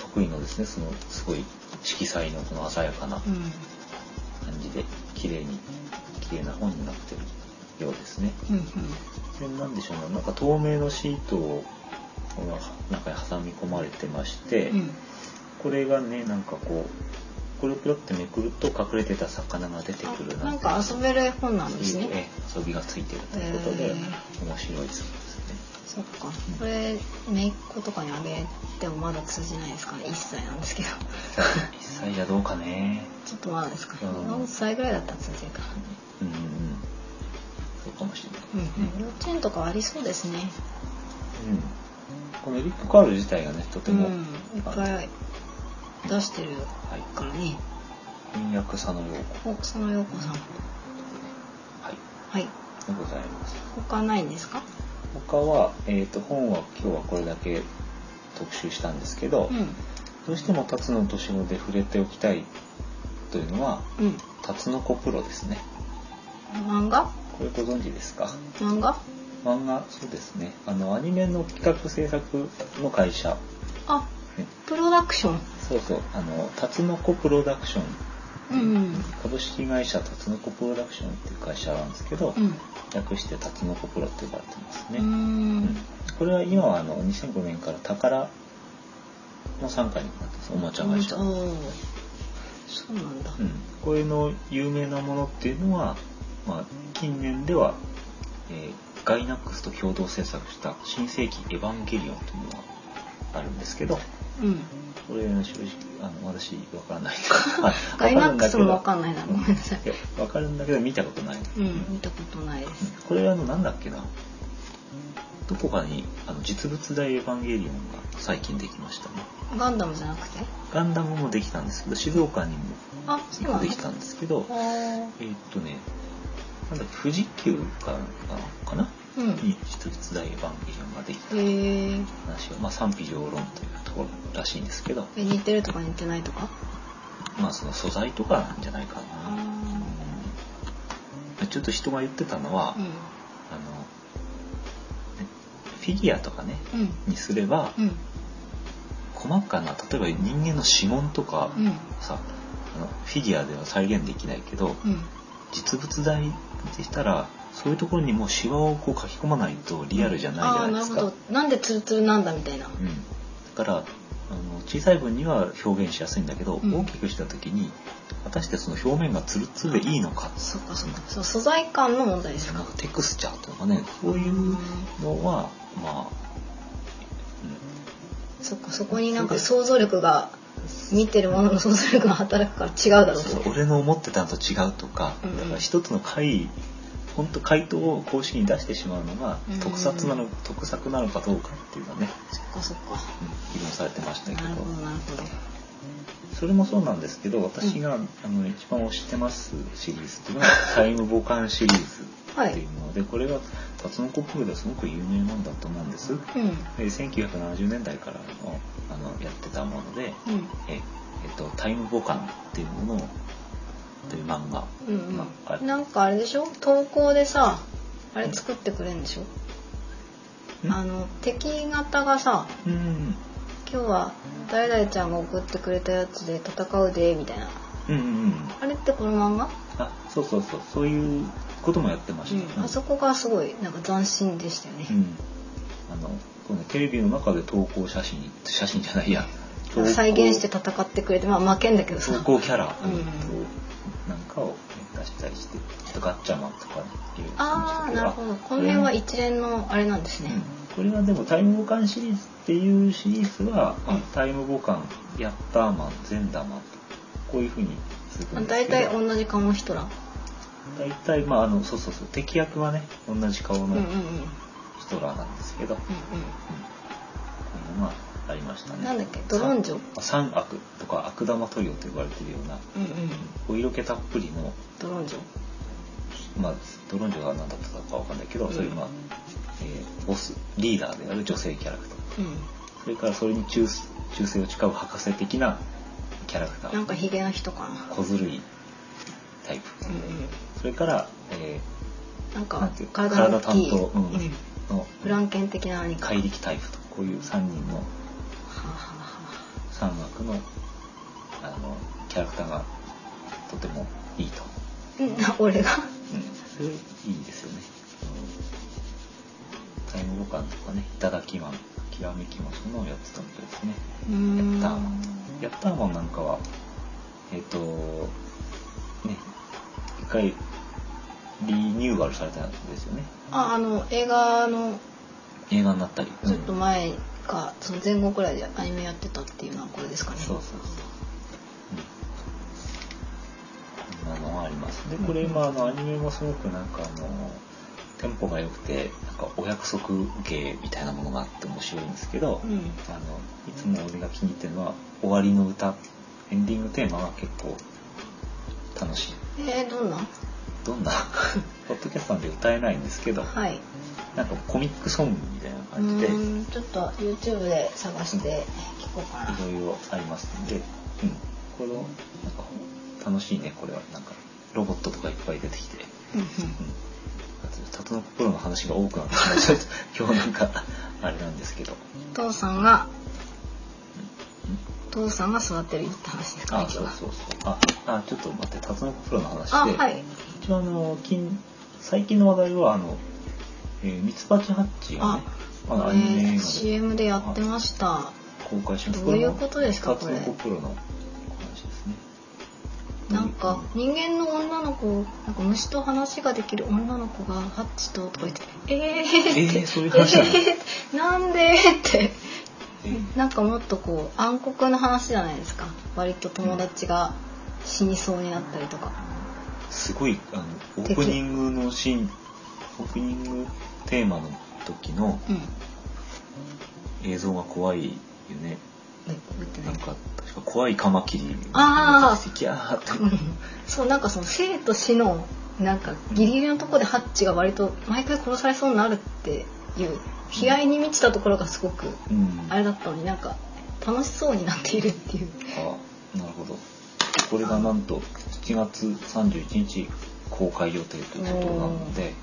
Speaker 1: 得意のですねそのすごい色彩のこの鮮やかな
Speaker 2: うん
Speaker 1: 感じで綺麗に綺麗な本になってるようですね。
Speaker 2: うんうん
Speaker 1: でなんでしょうねなんか透明のシートをこの中に挟み込まれてまして、
Speaker 2: うん
Speaker 1: これがねなんかこうこれをピロってめくると隠れてた魚が出てくる
Speaker 2: あな
Speaker 1: なんんて
Speaker 2: か遊べる絵本なんです
Speaker 1: そういう
Speaker 2: ね
Speaker 1: え遊びがついてるということで、
Speaker 2: へー
Speaker 1: 面白いそうですね。
Speaker 2: そっかこれ姪っ子とかにあげてもまだ通じないですから1歳なんですけど
Speaker 1: 1歳じゃどうかね。
Speaker 2: ちょっとまだですかね
Speaker 1: うん
Speaker 2: 4歳ぐらいだったら通じるかな
Speaker 1: うんうんうん。そうかもしれない。
Speaker 2: うんうん幼稚園とかありそうですね
Speaker 1: うん。このエリック・カール自体がねとて
Speaker 2: うん
Speaker 1: も、
Speaker 2: いっぱい出してる
Speaker 1: はい
Speaker 2: からね
Speaker 1: 翻訳さのよう
Speaker 2: おその陽子さん
Speaker 1: はい
Speaker 2: はい
Speaker 1: でございます。
Speaker 2: 他ないんですか
Speaker 1: 他は、えー、と本は今日はこれだけ特集したんですけど、
Speaker 2: うん
Speaker 1: どうしても辰野敏郎で触れておきたいというのは
Speaker 2: うん
Speaker 1: 辰野子プロですね
Speaker 2: 漫画
Speaker 1: これご存知ですか
Speaker 2: 漫画
Speaker 1: 漫画そうですねあのアニメの企画制作の会社、
Speaker 2: あ
Speaker 1: ね、
Speaker 2: プロダクション
Speaker 1: そうそうあの辰野子プロダクション
Speaker 2: うん
Speaker 1: 株式会社辰野子プロダクションっていう会社なんですけど、
Speaker 2: うん
Speaker 1: 略して辰野子プロって呼ばれてます
Speaker 2: う
Speaker 1: ね、
Speaker 2: ん
Speaker 1: これは今はあの2005年から宝の傘下になってますおもちゃ会社、
Speaker 2: お
Speaker 1: うん、
Speaker 2: ーそうなんだ
Speaker 1: これの有名なものっていうのは、まあ、近年では、えーガイナックスと共同制作した「新世紀エヴァンゲリオン」というのがあるんですけど
Speaker 2: うん
Speaker 1: これの正直あの私わから ないです、はい、
Speaker 2: ガイナックスもわ
Speaker 1: わ
Speaker 2: か
Speaker 1: か
Speaker 2: ん
Speaker 1: るんだ
Speaker 2: ないなごめんなさい
Speaker 1: けどいやわかるんだけど見たことない、
Speaker 2: うん見たことないです
Speaker 1: これあのなんだっけなどこかにあの実物大エヴァンゲリオンが最近できましたね
Speaker 2: ガンダムじゃなくて
Speaker 1: ガンダムもできたんですけど静岡にも
Speaker 2: あそうなの
Speaker 1: できたんですけど
Speaker 2: あー
Speaker 1: えーっとねなんだっけ富士急からかな、
Speaker 2: うん
Speaker 1: に一つ大バンビジョンができた
Speaker 2: えー、
Speaker 1: 話を、まあ、賛否両論というところらしいんですけど、
Speaker 2: え似てるとか似てないとか
Speaker 1: まあ、その素材とかなんじゃないか
Speaker 2: あ
Speaker 1: な、うんちょっと人が言ってたのは、
Speaker 2: ー
Speaker 1: あのねフィギュアとかね
Speaker 2: うんうん
Speaker 1: にすれば、
Speaker 2: うん
Speaker 1: 細かな例えば人間の指紋とか
Speaker 2: うん
Speaker 1: さ、あのフィギュアでは再現できないけど、
Speaker 2: うん
Speaker 1: 実物大でしたらそういうところにもうシワをこう書き込まないとリアルじゃないじゃないですか、
Speaker 2: あーなるほどなんでツルツルなんだみたいな
Speaker 1: うん、だからあの小さい分には表現しやすいんだけど、
Speaker 2: うん
Speaker 1: 大きくした時に果たしてその表面がツルツルでいいのか
Speaker 2: そっかそっかそう素材感の問題です
Speaker 1: なん
Speaker 2: か
Speaker 1: かテクスチャーとかねこういうのはまあ、
Speaker 2: そっかそこになんか想像力が見てるものの想像力が働くから違う
Speaker 1: う
Speaker 2: だ
Speaker 1: ん
Speaker 2: ろう
Speaker 1: そう
Speaker 2: と
Speaker 1: 俺の思ってたのと違うとか、
Speaker 2: うんうん
Speaker 1: だから一つの回本当回答を公式に出してしまうのが
Speaker 2: うん
Speaker 1: 特撮なの、特作なのかどうかっていうのはね、
Speaker 2: そっかそっか
Speaker 1: うん議論されてましたけ
Speaker 2: なるほ
Speaker 1: ど
Speaker 2: どなるほど
Speaker 1: それもそうなんですけど私が、あの一番推してますシリーズって いうのは「タイムボカン」シリーズ
Speaker 2: は
Speaker 1: ってい
Speaker 2: いう
Speaker 1: もので、これがタツノコプロですごく有名なんだと思うんです。
Speaker 2: うん
Speaker 1: で1970年代からのあのやってたもので
Speaker 2: うん
Speaker 1: 「ええっと、タイムボカン」っていうものをという漫画
Speaker 2: うん
Speaker 1: まああ
Speaker 2: う
Speaker 1: れ
Speaker 2: ん、なんかあれでしょ投稿でさあれ作ってくれるんでしょ、あの敵型がさ
Speaker 1: うん
Speaker 2: 「今日は誰々ちゃんが送ってくれたやつで戦うで」みたいな
Speaker 1: うんうんうん
Speaker 2: あれってこの漫画、
Speaker 1: あそうそうそうそういうこともやってました、
Speaker 2: うん、あそこがすごいなんか斬新でしたよね
Speaker 1: う、ん、あのこのテレビの中で投稿写真写真じゃないや投稿
Speaker 2: 再現して戦ってくれてまあ負けんだけどさ
Speaker 1: 投稿キャラ、
Speaker 2: うん
Speaker 1: となんかを出したりしてあとガッチャマンとかっていう
Speaker 2: ああなるほどこの辺は一連のあれなんですね、
Speaker 1: これはでもタイムボカンシリーズっていうシリーズは、まあ
Speaker 2: うん
Speaker 1: タイムボカンヤッターマンゼンダーマンとこういうふうに続く
Speaker 2: まあ
Speaker 1: んです
Speaker 2: 大
Speaker 1: けど
Speaker 2: 体同じ顔の人ら
Speaker 1: 大体まああのそうそうそう敵役はね同じ顔
Speaker 2: うんうん
Speaker 1: の
Speaker 2: うんうん
Speaker 1: 人らなんですけど、うんまあありました
Speaker 2: うん
Speaker 1: ね
Speaker 2: なんだっけドロンジョ
Speaker 1: 三悪とか悪玉トリオと呼ばれてるような
Speaker 2: うんうん
Speaker 1: お色気たっぷりの、
Speaker 2: ドロンジョ
Speaker 1: まあ、ドロンジョが何だったかわかんないけど、
Speaker 2: うん
Speaker 1: そういう、まあえーボスリーダーである女性キャラクター
Speaker 2: うん
Speaker 1: それからそれに忠忠誠を誓う博士的なキャラクタ
Speaker 2: なん
Speaker 1: ー
Speaker 2: かヒゲの人かな
Speaker 1: 小ずるいタイプ
Speaker 2: うんうん
Speaker 1: それから、え
Speaker 2: なん
Speaker 1: ーな
Speaker 2: か
Speaker 1: んていうか
Speaker 2: 体の
Speaker 1: 体
Speaker 2: 大
Speaker 1: 担
Speaker 2: きい
Speaker 1: 当、うん
Speaker 2: うん
Speaker 1: の
Speaker 2: フランケン的な何かは
Speaker 1: 怪力タイプとこういう3人の
Speaker 2: あは
Speaker 1: 三悪のあのキャラクターがとてもいいと。
Speaker 2: あはあうん俺が
Speaker 1: それいいですよね。タイムボカンとかね、いただきマン、極めきマン、そんなのやってたみたいですね。
Speaker 2: うー
Speaker 1: ヤッ
Speaker 2: ん
Speaker 1: ターマン。ヤッターマンなんかは、えっ、と、ね、一回リニューアルされたんですよね。
Speaker 2: ああの映画の
Speaker 1: 映画になったり。
Speaker 2: ちょっと
Speaker 1: うん
Speaker 2: 前かその前後くらいでアニメやってたっていうのはこれですかね
Speaker 1: そうそうそう。うん。こんなのがあります。で、これ、まあ、あの、アニメもすごくなんか、あの、テンポが良くて、なんか、お約束芸みたいなものがあって面白いんですけど、
Speaker 2: うん
Speaker 1: あの、いつも俺が気に入ってるのは、終わりの歌、エンディングテーマが結構楽しい。
Speaker 2: えー、どんな
Speaker 1: どんな、 ポッドキャストなんで歌えないんですけど、
Speaker 2: はい
Speaker 1: なんかコミックソングみたいな
Speaker 2: う
Speaker 1: 感じで、
Speaker 2: ーんちょっと YouTube で探して聞こうかない
Speaker 1: ろいろありますんで、うん、このなんか楽しいねこれはなんかロボットとかいっぱい出てきて、
Speaker 2: うんうん
Speaker 1: うん、あとたつの心の話が多くなってし まいちょっと今日なんかあれなんですけど、
Speaker 2: 父さんが
Speaker 1: うん、
Speaker 2: 父さんが育てるって話ですかね
Speaker 1: あ
Speaker 2: 今日
Speaker 1: そう
Speaker 2: は
Speaker 1: そうそうああちょっと待ってたつの心の話で、
Speaker 2: あはい
Speaker 1: 一応あの近最近の話題はあの、えー、ミツバチハッチがねあのアニメ映
Speaker 2: えー、
Speaker 1: 画で
Speaker 2: CM でやってました
Speaker 1: 公開しました
Speaker 2: どういうことですか
Speaker 1: これもタツ
Speaker 2: これ
Speaker 1: ノコプロの話ですね
Speaker 2: なんか人間の女の子なんか虫と話ができる女の子がハッチととか言って「えー」って「
Speaker 1: えーそういう話 なの
Speaker 2: えーなんで?」って
Speaker 1: えー
Speaker 2: なんかもっとこう暗黒の話じゃないですか割と友達が死にそうになったりとか
Speaker 1: すごいあのオープニングのシーンオープニングテーマの時の
Speaker 2: うん
Speaker 1: 映像が怖いよね
Speaker 2: え覚えてな
Speaker 1: なん
Speaker 2: い
Speaker 1: か確か怖いカマキリ
Speaker 2: あー
Speaker 1: ギャーって
Speaker 2: うんそうなんかその生と死のなんかギリギリのところでハッチが割と毎回殺されそうになるっていう悲哀に満ちたところがすごく
Speaker 1: うん
Speaker 2: あれだったのになんか楽しそうになっているっていう
Speaker 1: あなるほどこれがなんと7月31日公開予定ということなので、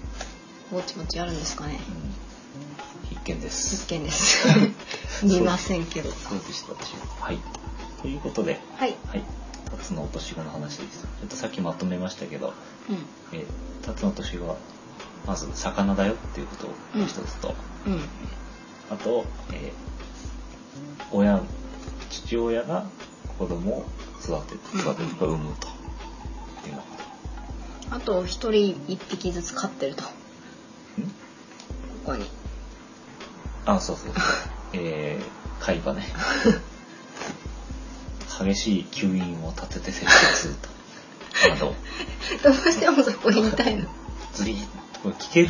Speaker 2: ぼちぼちあるんですかね
Speaker 1: うん、必見で
Speaker 2: 実
Speaker 1: す
Speaker 2: 験です 見ませんけ ど
Speaker 1: そうでしたはいということで
Speaker 2: はい
Speaker 1: はい辰の落とし子の話ですちょっとさっきまとめましたけど、
Speaker 2: う
Speaker 1: えー、辰の落とし子はまず魚だよっていうことを一つと、
Speaker 2: んうん
Speaker 1: あと、えー親父親が子供を育て
Speaker 2: うん
Speaker 1: 育てるとか産むと、っていうの
Speaker 2: あと一人一匹ずつ飼ってるとこ
Speaker 1: ん
Speaker 2: こに
Speaker 1: あそうそうえー、海馬ね激しい吸引を立てて接触するとあの
Speaker 2: どうしてもそこ言いたいの
Speaker 1: ズリッとこれ聞ける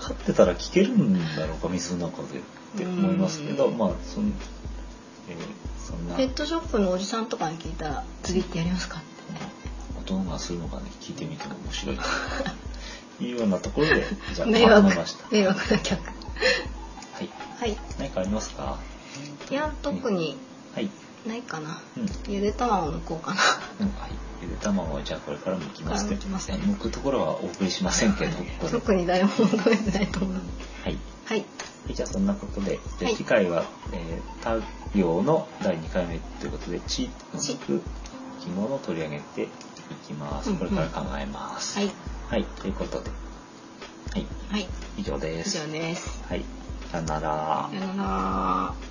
Speaker 1: 飼ってたら聞けるんだろうか水の中でって思いますけど
Speaker 2: うん
Speaker 1: まあそん,、えーそんな
Speaker 2: ペットショップのおじさんとかに聞いたら釣りってやりますかって
Speaker 1: 音がするのかね聞いてみても面白いというようなところでじゃあ
Speaker 2: 迷
Speaker 1: まと
Speaker 2: 惑
Speaker 1: めました
Speaker 2: 迷惑な客
Speaker 1: はい
Speaker 2: はい
Speaker 1: 何かありますか
Speaker 2: いや特に
Speaker 1: はい
Speaker 2: ないかな
Speaker 1: うん、うん、
Speaker 2: ゆで卵のこうかな
Speaker 1: はいゆで卵はじゃあこれからもきます
Speaker 2: これから剥きますね
Speaker 1: 剥くところはお送りしませんけどここで
Speaker 2: 特に誰も求めてないと思う
Speaker 1: はい
Speaker 2: はい
Speaker 1: はいじゃあそんなことで、で
Speaker 2: はい
Speaker 1: 次回は、えー、太陽の第2回目ということで地のつく記号を取り上げていきます
Speaker 2: うん
Speaker 1: これから考えます、
Speaker 2: はい
Speaker 1: はい、ということではい
Speaker 2: はい
Speaker 1: 以上で
Speaker 2: 以
Speaker 1: す
Speaker 2: 上です
Speaker 1: はいさよなら
Speaker 2: さよなら